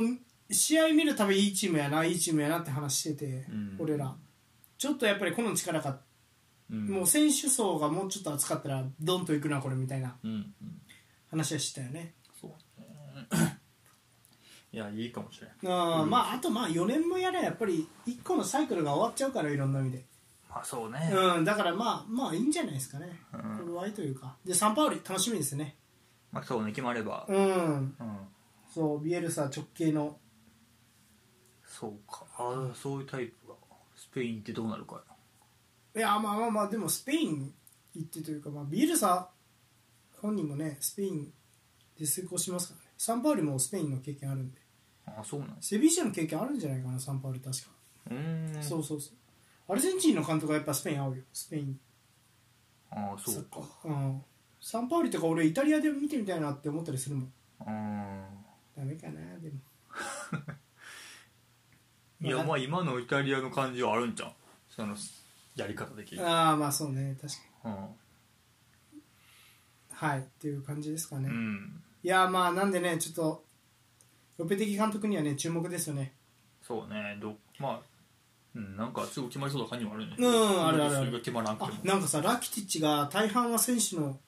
Speaker 1: 試合見るたびいいチームやないいチームやなって話してて、
Speaker 2: ん
Speaker 1: 俺らちょっとやっぱりこの力が
Speaker 2: うん
Speaker 1: もう選手層がもうちょっと厚かったらドンといくなこれみたいな
Speaker 2: うんうん
Speaker 1: 話はしたよね
Speaker 2: そうね いやいいかもしれん
Speaker 1: あ,、
Speaker 2: うん
Speaker 1: まあ、あとまあ4年もやればやっぱり1個のサイクルが終わっちゃうからいろんな意味で、
Speaker 2: まあそうね
Speaker 1: うん、だからまあまあいいんじゃないですかね
Speaker 2: うん
Speaker 1: これはいいというかでサンパウリ楽しみですね
Speaker 2: まあそうね決まれば
Speaker 1: うん
Speaker 2: うん
Speaker 1: そうビエルサ直系の
Speaker 2: そうかああそういうタイプがスペインってどうなるか
Speaker 1: いやまあまあまあでもスペイン行ってというか、まあ、ビエルサ本人もねスペインで成功しますからねサンパウリもスペインの経験あるんで
Speaker 2: なああそうなんです
Speaker 1: セビージャの経験あるんじゃないかなサンパウリ確か、
Speaker 2: うーん
Speaker 1: そうそうそうアルゼンチンの監督はやっぱスペイン合うよスペイン
Speaker 2: ああそうか
Speaker 1: うん、サンパウリとか俺イタリアで見てみたいなって思ったりするもん
Speaker 2: うん
Speaker 1: ダメかなでも
Speaker 2: いやまあ今のイタリアの感じはあるんじゃんそのやり方的に
Speaker 1: ああまあそうね確か
Speaker 2: うん
Speaker 1: にはいっていう感じですかね、
Speaker 2: うん
Speaker 1: いやーまあなんでねちょっとロペティ監督にはね注目ですよね
Speaker 2: そうねどまあ、うん、なんかすぐ決まりそうな感じもあるね
Speaker 1: うんあるあるある
Speaker 2: それが決まらんく
Speaker 1: あ
Speaker 2: ても
Speaker 1: なんかさラキティッチが大半は選手の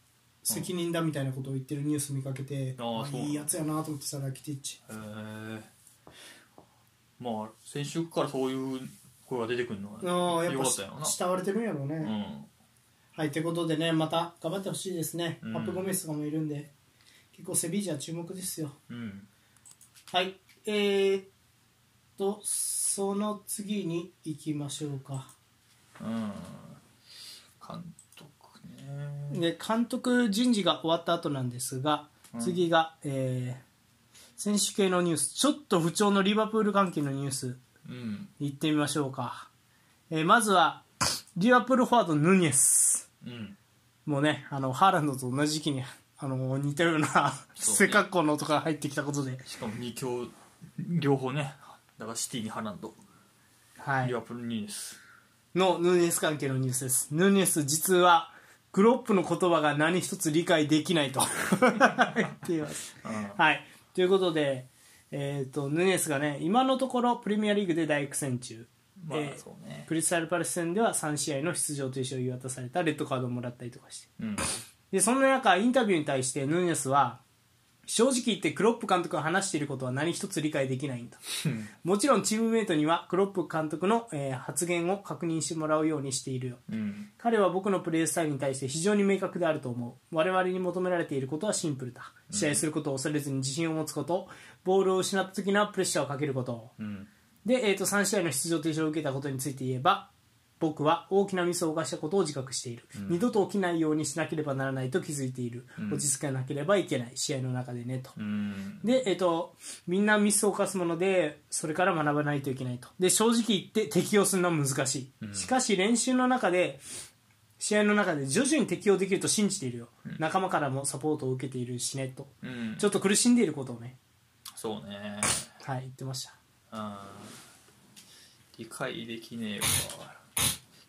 Speaker 1: 責任だみたいなことを言ってるニュース見かけて、
Speaker 2: あー
Speaker 1: ま
Speaker 2: そう
Speaker 1: いいやつやなと思ってさラキティッチ
Speaker 2: へえまあ先週からそういう声が出てくるの
Speaker 1: ああ
Speaker 2: は
Speaker 1: やっ
Speaker 2: よ
Speaker 1: ぱ
Speaker 2: かったよな
Speaker 1: 慕われてるんやろうね、
Speaker 2: うん
Speaker 1: はい、ということでね、また頑張ってほしいですね。
Speaker 2: うん
Speaker 1: パップゴメスとかもいるんで、結構セビージャ注目ですよ。
Speaker 2: うん
Speaker 1: はい、えー、っと、その次に行きましょうか。
Speaker 2: うん監督ね
Speaker 1: で、監督人事が終わった後なんですが、
Speaker 2: うん
Speaker 1: 次が、えー選手系のニュース、ちょっと不調のリバプール関係のニュース、
Speaker 2: うん
Speaker 1: 行ってみましょうか。えーまずは、リバプールフォワード、ヌニエス。
Speaker 2: うん
Speaker 1: もうね、あの、ハーランドと同じ時期に、あの、似たような、
Speaker 2: そうね
Speaker 1: 背格好の男が入ってきたことで、
Speaker 2: しかも二強両方ねだからシティにハランド
Speaker 1: は
Speaker 2: リ
Speaker 1: い
Speaker 2: バ。プールにです
Speaker 1: の、ヌーニエス関係のニュースです。ヌーニエス、実は、クロップの言葉が何一つ理解できないと、言っています。
Speaker 2: うん
Speaker 1: はい。ということで、えっ、と、ヌーニエスがね、今のところ、プレミアリーグで大苦戦中。
Speaker 2: まあ
Speaker 1: えー
Speaker 2: そうね
Speaker 1: クリスタルパレス戦では3試合の出場停止を言い渡されたレッドカードをもらったりとかして。
Speaker 2: うん
Speaker 1: でその中インタビューに対してヌーニェスは正直言ってクロップ監督が話していることは何一つ理解できないんだもちろんチームメイトにはクロップ監督の、えー発言を確認してもらうようにしているよ
Speaker 2: うん
Speaker 1: 彼は僕のプレースタイルに対して非常に明確であると思う我々に求められていることはシンプルだ試合することを恐れずに自信を持つことボールを失った時のプレッシャーをかけること
Speaker 2: うん
Speaker 1: で、えー、と3試合の出場停止を受けたことについて言えば僕は大きなミスを犯したことを自覚している、二度と起きないようにしなければならないと気づいている、落ち着かなければいけない試合の中でねと、
Speaker 2: うん
Speaker 1: で、えっと、みんなミスを犯すものでそれから学ばないといけないとで正直言って適応するのは難しい、しかし練習の中で試合の中で徐々に適応できると信じているよ、仲間からもサポートを受けているしねと
Speaker 2: うん
Speaker 1: ちょっと苦しんでいることをね、
Speaker 2: そうね
Speaker 1: はい、言ってました
Speaker 2: うん理解できねえわ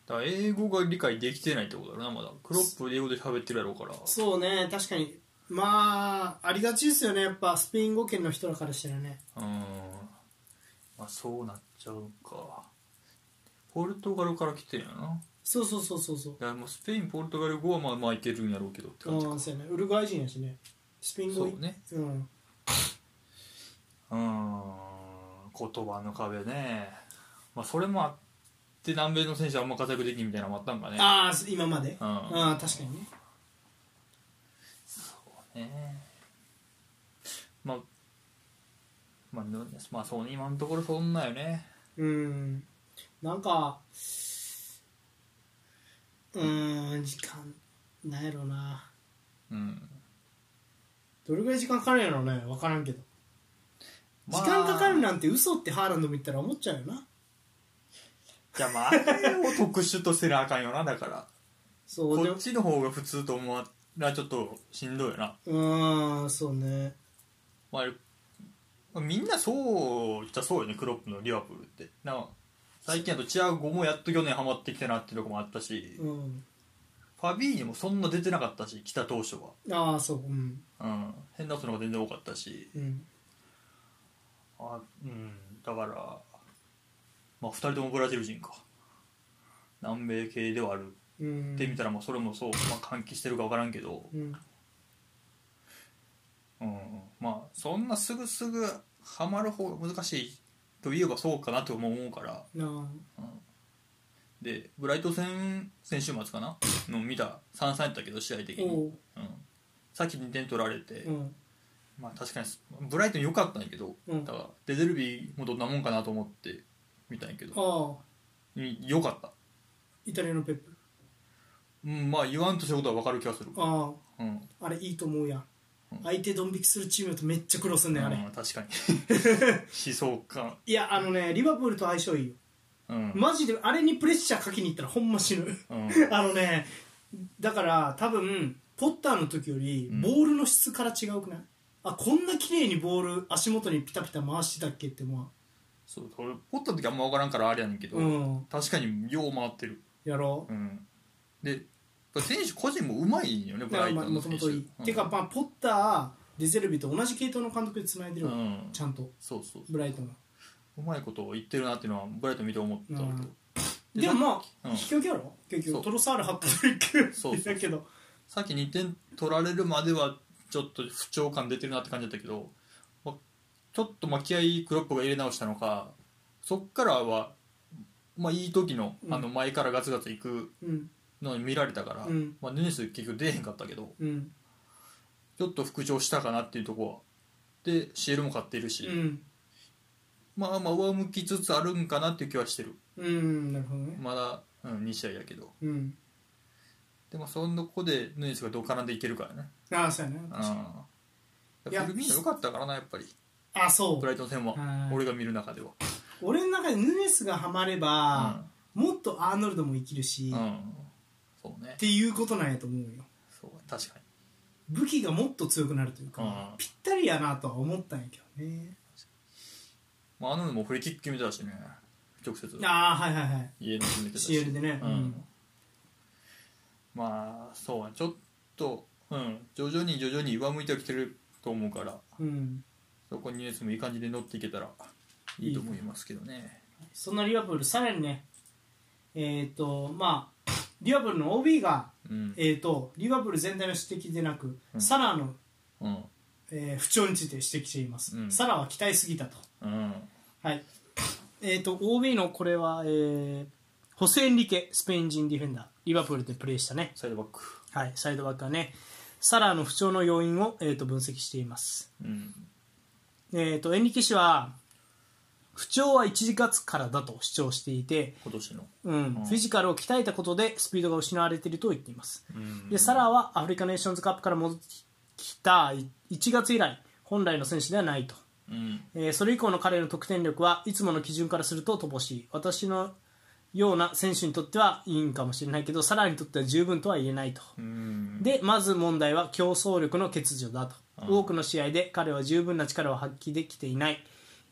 Speaker 2: だから英語が理解できてないってことだろうなまだクロップ英語で喋ってるやろうから
Speaker 1: そうね確かにまあありがちですよねやっぱスペイン語圏の人らからしたらね
Speaker 2: うんまあそうなっちゃうかポルトガルから来てんやな
Speaker 1: そうそうそうそうそう
Speaker 2: だからもうスペインポルトガル語はまあまあいけるんやろうけどって感じ
Speaker 1: うんそうやねウルグアイ人やしねスペイン語
Speaker 2: そうね
Speaker 1: うん、
Speaker 2: うん言葉の壁ねまあそれもあって南米の選手はあんま活躍できんみたいなのもあったんかね
Speaker 1: ああ今まで
Speaker 2: うん
Speaker 1: ああ確かにね
Speaker 2: ねまあまあ、どうまあ、そうね今のところそんなよね
Speaker 1: うんなんかうーん時間なんやろな
Speaker 2: うん
Speaker 1: どれぐらい時間かかるんやろうね分からんけど、
Speaker 2: まあ
Speaker 1: 時間かかるなんて嘘ってハーランドも言ったら思っちゃうよな
Speaker 2: じゃあまああれを特殊とせなあかんよなだから
Speaker 1: そうで
Speaker 2: こ
Speaker 1: も
Speaker 2: っちの方が普通と思わらちょっとしんどいよな、
Speaker 1: うーんそうね
Speaker 2: まああれ、まあみんなそうじゃそうよねクロップのリバプールってな最近だとチアゴもやっと去年ハマってきたなっていうとこもあったし、フ
Speaker 1: うん
Speaker 2: ァビーニもそんな出てなかったし来た当初は、
Speaker 1: ああそううん
Speaker 2: うん、変なことの方が全然多かったし
Speaker 1: うん
Speaker 2: あうんだからまあ2人ともブラジル人か南米系ではある
Speaker 1: うん
Speaker 2: って見たらまあそれもそう、まあ、換気してるか分からんけど、
Speaker 1: うん
Speaker 2: うんうん、まあそんなすぐすぐハマる方が難しいといえばそうかなとも思うから
Speaker 1: な
Speaker 2: でブライト戦先週末かなの見た3-3やったけど試合的
Speaker 1: あ
Speaker 2: に、
Speaker 1: おう
Speaker 2: うん、さっき2点取られて、
Speaker 1: うん
Speaker 2: まあ確かにブライトン良かったんやけど、
Speaker 1: うん
Speaker 2: だからデゼルビーもどんなもんかなと思って見たんやけど
Speaker 1: ああ
Speaker 2: うん良かった
Speaker 1: イタリアのペップ
Speaker 2: うん、まあ言わんとしたことは分かる気がする。
Speaker 1: あ
Speaker 2: うん、
Speaker 1: ああれいいと思うやん、
Speaker 2: うん
Speaker 1: 相手ドン引きするチームだとめっちゃ苦労すんねんあれ、
Speaker 2: うん確か に。思想感。
Speaker 1: いやあのねリバプールと相性いいよ
Speaker 2: うん。
Speaker 1: マジであれにプレッシャーかけに行ったらほんま死ぬ
Speaker 2: うん。
Speaker 1: あのねだから多分ポッターの時より
Speaker 2: うん
Speaker 1: ボールの質から違うくない、あこんな綺麗にボール足元にピタピタ回してたっけってま
Speaker 2: そう、俺、ポッた時あんま分からんからあれやねんけ
Speaker 1: あ
Speaker 2: ど、
Speaker 1: うん
Speaker 2: 確かによう回ってる。
Speaker 1: やろう
Speaker 2: うん。で、選手個人もうまいんよね、ブ
Speaker 1: だから
Speaker 2: ライ
Speaker 1: ま
Speaker 2: ト
Speaker 1: あ
Speaker 2: ンの
Speaker 1: もとも
Speaker 2: 選手。
Speaker 1: といい、てか、まあ、ポッターデゼルビーと同じ系統の監督でつないで
Speaker 2: う
Speaker 1: る
Speaker 2: ん、
Speaker 1: わ、
Speaker 2: うん。
Speaker 1: ちゃんと
Speaker 2: そうそう。
Speaker 1: ブライトンが
Speaker 2: うまいことを言ってるなっていうのは、ブライトン見て思ったけど。
Speaker 1: うん
Speaker 2: で
Speaker 1: でもまあ、
Speaker 2: うん
Speaker 1: 引き分けやろ結
Speaker 2: そ
Speaker 1: 局
Speaker 2: う
Speaker 1: トロサール8分
Speaker 2: そうそう
Speaker 1: だけど
Speaker 2: さっき2点取られるまでは、ちょっと不調感出てるなって感じだったけど、まあちょっとまあ気合いクロップが入れ直したのか、そっからは、まあ、いい時の
Speaker 1: うん
Speaker 2: あの前からガツガツ行く
Speaker 1: うん
Speaker 2: のに見られたから、
Speaker 1: うん
Speaker 2: まあ、ヌネス結局出えへんかったけど
Speaker 1: うん
Speaker 2: ちょっと復調したかなっていうところはで CL も買っているし、
Speaker 1: うん
Speaker 2: まあまあ上向きつつあるんかなっていう気はしてる
Speaker 1: うんなるほどね
Speaker 2: まだ、うん、2試合やけど
Speaker 1: うん
Speaker 2: でもそのこでヌネスがどう絡んでいけるからね
Speaker 1: ああそうやね
Speaker 2: うん
Speaker 1: いや
Speaker 2: フルミーノ良かったからなやっぱり
Speaker 1: あそう
Speaker 2: ブライトン戦は
Speaker 1: はい
Speaker 2: 俺が見る中では
Speaker 1: 俺の中でヌネスがハマれば、もっとアーノルドも生きるし、
Speaker 2: うん、う
Speaker 1: っ
Speaker 2: ん、そうね
Speaker 1: ていうことなんやと思うよ
Speaker 2: そう確かに
Speaker 1: 武器がもっと強くなるというか、
Speaker 2: うん
Speaker 1: ぴったりやなとは思ったんやけどね
Speaker 2: まああののもフリーキック決めてたしね直接
Speaker 1: ああはいはいはい
Speaker 2: 家の決めてたし
Speaker 1: CL でね
Speaker 2: うんまあそうちょっと、うん、徐々に徐々に上向いてはきてると思うから
Speaker 1: うん
Speaker 2: そこにネスもいい感じで乗っていけたらいいと思いますけどね
Speaker 1: そんなリバプールさらにねえっ、とまあリバプールの OB が
Speaker 2: うん
Speaker 1: えっ、とリバプール全体の指摘でなく、
Speaker 2: うん
Speaker 1: サラーの
Speaker 2: うん
Speaker 1: えー不調について指摘しています、
Speaker 2: うん
Speaker 1: サラは期待すぎたと、
Speaker 2: うん
Speaker 1: はいえー、と OB のこれは、えーホセエンリケスペイン人ディフェンダーリバプールでプレーしたね、
Speaker 2: サイドバック
Speaker 1: はい、サイドバックはねサラの不調の要因を、えー、と分析しています、
Speaker 2: うん
Speaker 1: えー、とエンリケ氏は不調は1月からだと主張していて、
Speaker 2: 今年の
Speaker 1: うん
Speaker 2: うん
Speaker 1: フィジカルを鍛えたことでスピードが失われていると言っています、
Speaker 2: うん
Speaker 1: でサラはアフリカネーションズカップから戻ってきたい1月以来本来の選手ではないと、
Speaker 2: うん
Speaker 1: えーそれ以降の彼の得点力はいつもの基準からすると乏しい私のような選手にとってはいいんかもしれないけどサラにとっては十分とは言えないと、
Speaker 2: うん
Speaker 1: でまず問題は競争力の欠如だと、多くの試合で彼は十分な力を発揮できていない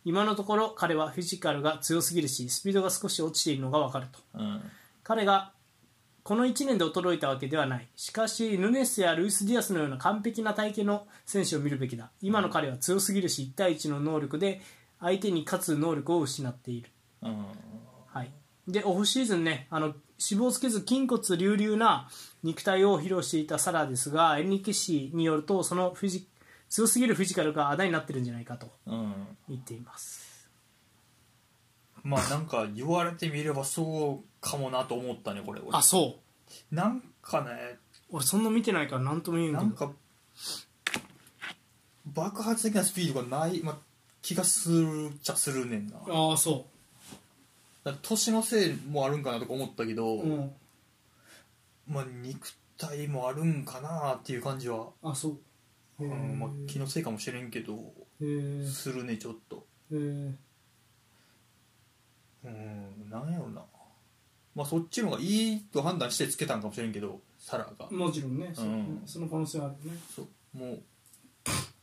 Speaker 1: 今のところ彼はフィジカルが強すぎるしスピードが少し落ちているのが分かると
Speaker 2: うん
Speaker 1: 彼がこの1年で衰えたわけではないしかしヌネスやルイス・ディアスのような完璧な体型の選手を見るべきだ今の彼は強すぎるし1対1の能力で相手に勝つ能力を失っている、
Speaker 2: うん
Speaker 1: はい、でオフシーズンねあの脂肪をつけず筋骨隆々な肉体を披露していたサラですがエンリケ氏によるとそのフィジ強すぎるフィジカルがあだになってるんじゃないかと
Speaker 2: うん
Speaker 1: 言っています
Speaker 2: まあなんか言われてみればそうかもなと思ったねこれ俺
Speaker 1: あそう
Speaker 2: なんかね
Speaker 1: 俺そんな見てないから何とも言うん
Speaker 2: な
Speaker 1: け
Speaker 2: ん
Speaker 1: ど
Speaker 2: か爆発的なスピードがない、まあ、気がするっちゃするねんなだか
Speaker 1: ああそ
Speaker 2: ら年のせいもあるんかなとか思ったけど、
Speaker 1: う、うん、
Speaker 2: まあ、肉体もあるんかなっていう感じは、
Speaker 1: あそう
Speaker 2: う
Speaker 1: へー
Speaker 2: んまあ、気のせいかもしれんけど
Speaker 1: へー
Speaker 2: するねちょっと
Speaker 1: へー
Speaker 2: うんなんやろなまあそっちの方がいいと判断してつけたんかもしれんけどサラが
Speaker 1: もちろんね、そう
Speaker 2: うん
Speaker 1: その可能性はあるね
Speaker 2: そうもう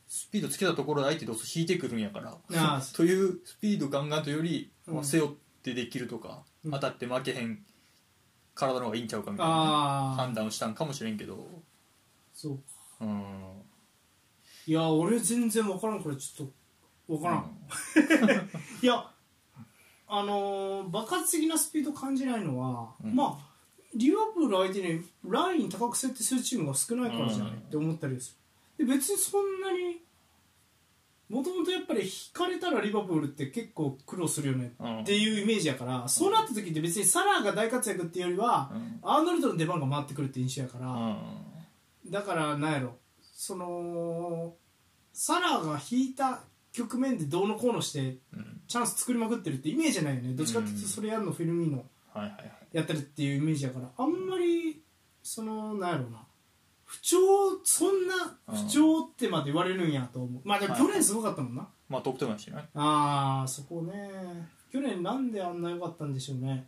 Speaker 2: スピードつけたところで相手どうせ引いてくるんやから
Speaker 1: ああ
Speaker 2: というスピードガンガンというより、ま
Speaker 1: う
Speaker 2: あ、
Speaker 1: ん
Speaker 2: 背負ってできるとか、
Speaker 1: うん
Speaker 2: 当たって負けへん体の方がいいんちゃうかみたいな
Speaker 1: ああ
Speaker 2: 判断をしたんかもしれんけど
Speaker 1: そう
Speaker 2: うん
Speaker 1: いや俺全然分からんからちょっと分からん、いやあのー爆発的なスピード感じないのは、
Speaker 2: うん
Speaker 1: まあリバプール相手にライン高く設定するチームが少ないからじゃない、
Speaker 2: うん
Speaker 1: って思ったりでするで別にそんなにもともとやっぱり引かれたらリバプールって結構苦労するよね
Speaker 2: うんうん
Speaker 1: っていうイメージやから、そうなった時って別にサラーが大活躍っていうよりは、
Speaker 2: うん
Speaker 1: アーノルドの出番が回ってくるって印象やから、
Speaker 2: うん
Speaker 1: だからなんやろそのサラーが引いた局面でどうのこうのして
Speaker 2: うん
Speaker 1: チャンス作りまくってるってイメージじゃないよねどっちかっていうと
Speaker 2: うん
Speaker 1: それやるのフィルミーノ
Speaker 2: はいはいはい
Speaker 1: やってるっていうイメージやからあんまりそのなんやろな不調そんな不調ってまで言われるんやと思うまあでも
Speaker 2: はい
Speaker 1: 去年すごかったもんな、
Speaker 2: まあ得点もやしね
Speaker 1: ああそこね去年なんであんな良かったんでしょうね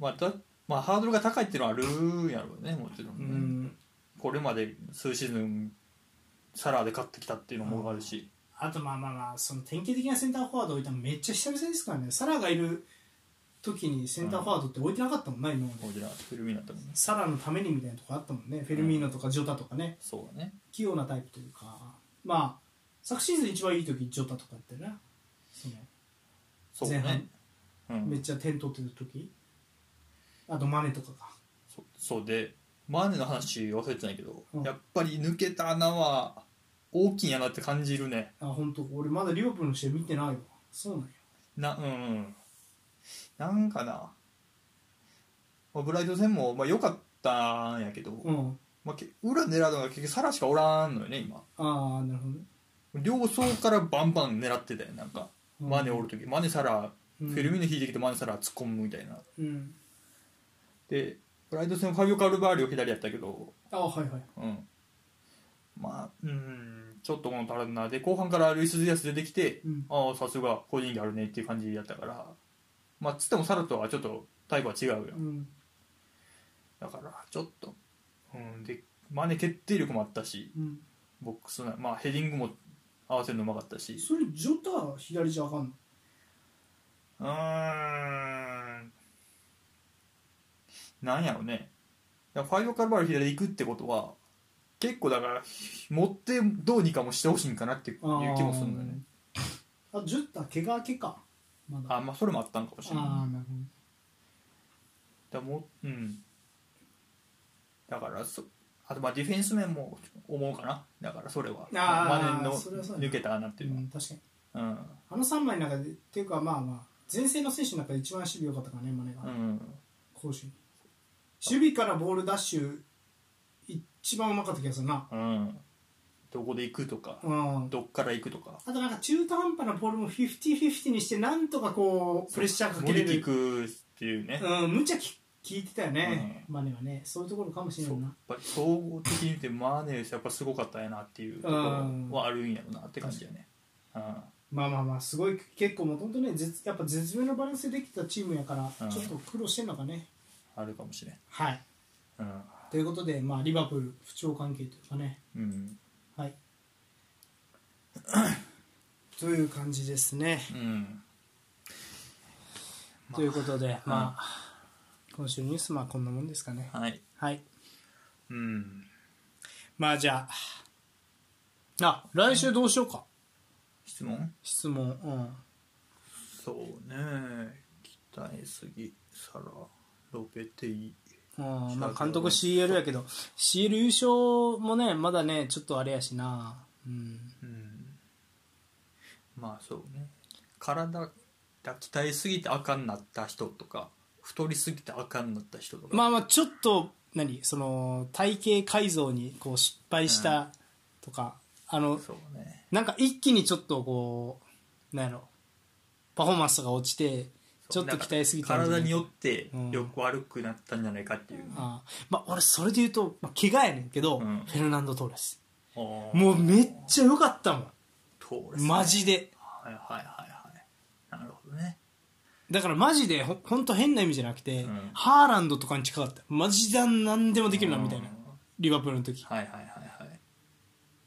Speaker 2: まあだまあハードルが高いっていうのはあるやろうねもちろん
Speaker 1: う
Speaker 2: ね、
Speaker 1: ん
Speaker 2: これまで数シーズンサラーで勝ってきたっていうのもあるし、
Speaker 1: あとまあまあまあその典型的なセンターフォワード置いたのめっちゃ久々ですからねサラがいる時にセンターフォワードって置いてなかったもんな今まで
Speaker 2: もうじゃあフィルミーナだったもんね
Speaker 1: サラのためにみたいなとこあったもんねフェルミーノとかジョタとかね
Speaker 2: そうだね
Speaker 1: 器用なタイプというかまあ昨シーズン一番いい時ジョタとかやったよなその
Speaker 2: そう
Speaker 1: 前
Speaker 2: ね
Speaker 1: 半、
Speaker 2: うん、
Speaker 1: めっちゃ点取ってる時あとマネとかか
Speaker 2: そそうでマーネの話忘れてないけど、
Speaker 1: うん
Speaker 2: やっぱり抜けた穴は大きいんやなって感じるね
Speaker 1: あ本当俺まだリオプールの試合見てないわそうなんや
Speaker 2: なうんうんなんかな、まあ、ブライト戦もまあ良かったんやけど、
Speaker 1: うん
Speaker 2: まあ、け裏狙うのが結局サラしかおらんのよね今
Speaker 1: ああなるほどね
Speaker 2: 両走からバンバン狙ってたよなんか、
Speaker 1: うん
Speaker 2: マネおる時マネサラ、
Speaker 1: うん
Speaker 2: フェルミーノ引いてきてマネサラ突っ込むみたいな
Speaker 1: うん
Speaker 2: でブライト戦はファビオ・カルバーリオ左やったけど
Speaker 1: あはいはい
Speaker 2: うん、まあうんちょっと物足らんなで後半からルイス・ディアス出てきて、
Speaker 1: うん
Speaker 2: ああさすが個人技あるねっていう感じだったからまあつってもサラとはちょっとタイプは違うよ
Speaker 1: うん
Speaker 2: だからちょっとうんでマネ決定力もあったし
Speaker 1: うん
Speaker 2: ボックスなまあヘディングも合わせるのうまかったし
Speaker 1: それジョタ左じゃあかんの
Speaker 2: うーんなんやろねいやファイブカルバル左で行くってことは結構だから持ってどうにかもしてほしいんかなっていう気もするんだよね
Speaker 1: あジョタ怪我明けかまだ
Speaker 2: あまあそれもあったんかもしれない
Speaker 1: あーなる
Speaker 2: だからもううんだからそあとまあディフェンス面も思うかなだからそれは
Speaker 1: あー
Speaker 2: マネの
Speaker 1: それはそうだ
Speaker 2: 抜けたなっていう
Speaker 1: う
Speaker 2: のは
Speaker 1: ん、確かに
Speaker 2: うん
Speaker 1: あの3枚の中でっていうかまあまあ前線の選手の中で一番守備良かったからねマネが、
Speaker 2: うん
Speaker 1: 攻守に守備からボールダッシュ一番うまかった気がするな
Speaker 2: うんどこで行くとか
Speaker 1: うん
Speaker 2: どっから行くとか
Speaker 1: あとなんか中途半端なボールも50-50にしてなんとかこうプレッシャーかけれ
Speaker 2: 森木
Speaker 1: る
Speaker 2: くっていうね
Speaker 1: うん無茶き聞いてたよね、マネはねそういうところかもしれ
Speaker 2: そ
Speaker 1: ないう
Speaker 2: やっ
Speaker 1: な
Speaker 2: ぱり総合的に見てマーネウスやっぱすごかったんやなっていうところはあるんやろなって感じだよねうん
Speaker 1: まあまあまあすごい結構もともとね絶やっぱ絶妙なバランスでできたチームやから、
Speaker 2: うん
Speaker 1: ちょっと苦労してんのかね
Speaker 2: あるかもしれん
Speaker 1: はい
Speaker 2: うん
Speaker 1: ということでまあリバプール不調関係というかね
Speaker 2: うん
Speaker 1: はい。という感じですね。
Speaker 2: うん
Speaker 1: ということで、まあ、今週のニュース、まあこんなもんですかね。
Speaker 2: はい
Speaker 1: はい。
Speaker 2: うん
Speaker 1: まあじゃあ、あ、来週どうしようか。
Speaker 2: 質問
Speaker 1: 質問。うん。
Speaker 2: そうね鍛えすぎサラロペテイ
Speaker 1: うん、まあ監督 CL やけど、CL 優勝もね、まだね、ちょっとあれやしな。うん。
Speaker 2: うんまあそうね体が鍛えすぎて赤になった人とか太りすぎて赤になった人とか
Speaker 1: まあまあちょっと、何その、体型改造にこう失敗したとか、あの、
Speaker 2: そうね
Speaker 1: なんか一気にちょっとこうなんやろパフォーマンスが落ちてちょっと鍛えすぎたんじゃな
Speaker 2: 体
Speaker 1: い
Speaker 2: によって
Speaker 1: うん
Speaker 2: よく悪くなったんじゃないかっていう、
Speaker 1: ああまあ俺それで言うと、まあ、怪我やねんけど、
Speaker 2: うん
Speaker 1: フェルナンド・トーレス
Speaker 2: も
Speaker 1: もうめっちゃ良かったも
Speaker 2: う、
Speaker 1: んマジで
Speaker 2: はいはいはいはいなるほどね
Speaker 1: だからマジでほほんと変な意味じゃなくて、
Speaker 2: ん
Speaker 1: ハーランドとかに近かったマジで何でもできるなみたいな、
Speaker 2: うん
Speaker 1: リバプールの時
Speaker 2: はいはいはいはい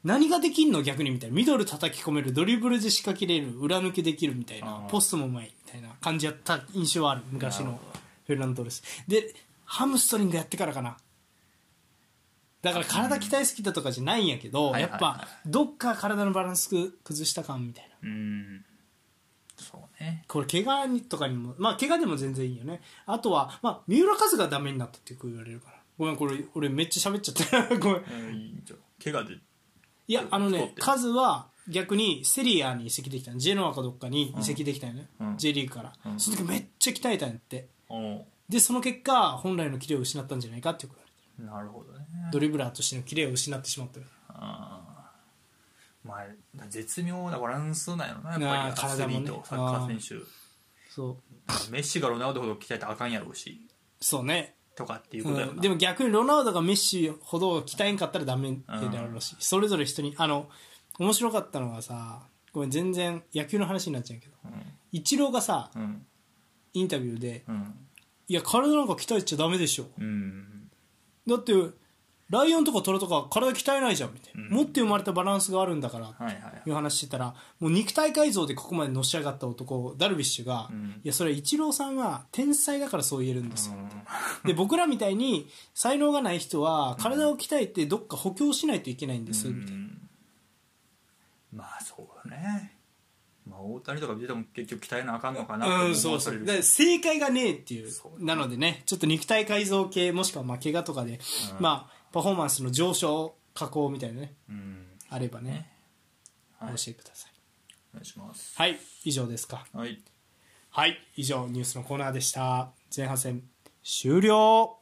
Speaker 1: 何ができんの逆にみたいなミドル叩き込めるドリブルで仕掛けれる裏抜けできるみたいな
Speaker 2: うん
Speaker 1: ポストもうまいみたいな感じやった印象はある昔
Speaker 2: な
Speaker 1: の
Speaker 2: るほど
Speaker 1: フェルナンド・トーレスでハムストリングやってからかなだから体鍛えすぎたとかじゃないんやけど、
Speaker 2: はいは
Speaker 1: や
Speaker 2: い
Speaker 1: っぱどっか体のバランスく崩した感みたいな
Speaker 2: うんそうね
Speaker 1: これ怪我にとかにもまあ怪我でも全然いいよねあとは、まあ、三浦和がダメになったってよく言われるからごめんこれ俺めっちゃ喋っちゃった ごめん
Speaker 2: うんいいんじゃん怪我で
Speaker 1: いやあの
Speaker 2: 太っ
Speaker 1: ね
Speaker 2: てる
Speaker 1: カズは逆にセリアに移籍できたのジェノアかどっかに移籍できたよね、
Speaker 2: うん
Speaker 1: J リーグから、
Speaker 2: うん
Speaker 1: その時めっちゃ鍛えたんやって
Speaker 2: お
Speaker 1: でその結果本来のキレを失ったんじゃないかって言われてる
Speaker 2: なるほどね
Speaker 1: ドリブラーとしてのキレを失ってしまったよ
Speaker 2: あーまあ絶妙なバランスなんやろなや
Speaker 1: あ
Speaker 2: っ
Speaker 1: ー
Speaker 2: ぱりアス
Speaker 1: 体
Speaker 2: リ
Speaker 1: も
Speaker 2: ー
Speaker 1: ね
Speaker 2: ト、サッカー選
Speaker 1: そう
Speaker 2: 手メッシがロナウドほど鍛えたらあかんやろうし
Speaker 1: そうね、
Speaker 2: とかっていう
Speaker 1: う
Speaker 2: ことやろ
Speaker 1: ん、
Speaker 2: な
Speaker 1: でも逆にロナウドがメッシほど鍛えんかったらダメってなるらしい、それぞれ人にあの面白かったのはさごめん全然野球の話になっちゃうけどイチローがさ
Speaker 2: うんうん
Speaker 1: インタビューで
Speaker 2: うん
Speaker 1: 「いや体なんか鍛えちゃダメでしょ」
Speaker 2: うん
Speaker 1: だってライオンとかトラとか体鍛えないじゃんみたいな、
Speaker 2: うん
Speaker 1: 持って生まれたバランスがあるんだから
Speaker 2: はいはいはい
Speaker 1: いう話してたらもう肉体改造でここまでのし上がった男ダルビッシュが、
Speaker 2: うん
Speaker 1: いやそれはイチローさんは天才だからそう言えるんですよ、
Speaker 2: う
Speaker 1: で僕らみたいに才能がない人は体を鍛えてどっか補強しないといけないんです、みたいなん
Speaker 2: まあそうだねまあ大谷とか見てても結局鍛えなあかんのかな
Speaker 1: うん、
Speaker 2: って
Speaker 1: そ
Speaker 2: 思わ
Speaker 1: う
Speaker 2: さ
Speaker 1: そ
Speaker 2: れ
Speaker 1: う
Speaker 2: る
Speaker 1: だから正解がねえっていう
Speaker 2: そう
Speaker 1: なのでねちょっと肉体改造系もしくはまあ怪我とかで、
Speaker 2: うん
Speaker 1: まあ、パフォーマンスの上昇加工みたいなね
Speaker 2: うん
Speaker 1: あればね、
Speaker 2: はい
Speaker 1: 教えてください
Speaker 2: お願いします
Speaker 1: はい以上ですか
Speaker 2: はい
Speaker 1: はい以上ニュースのコーナーでした前半戦終了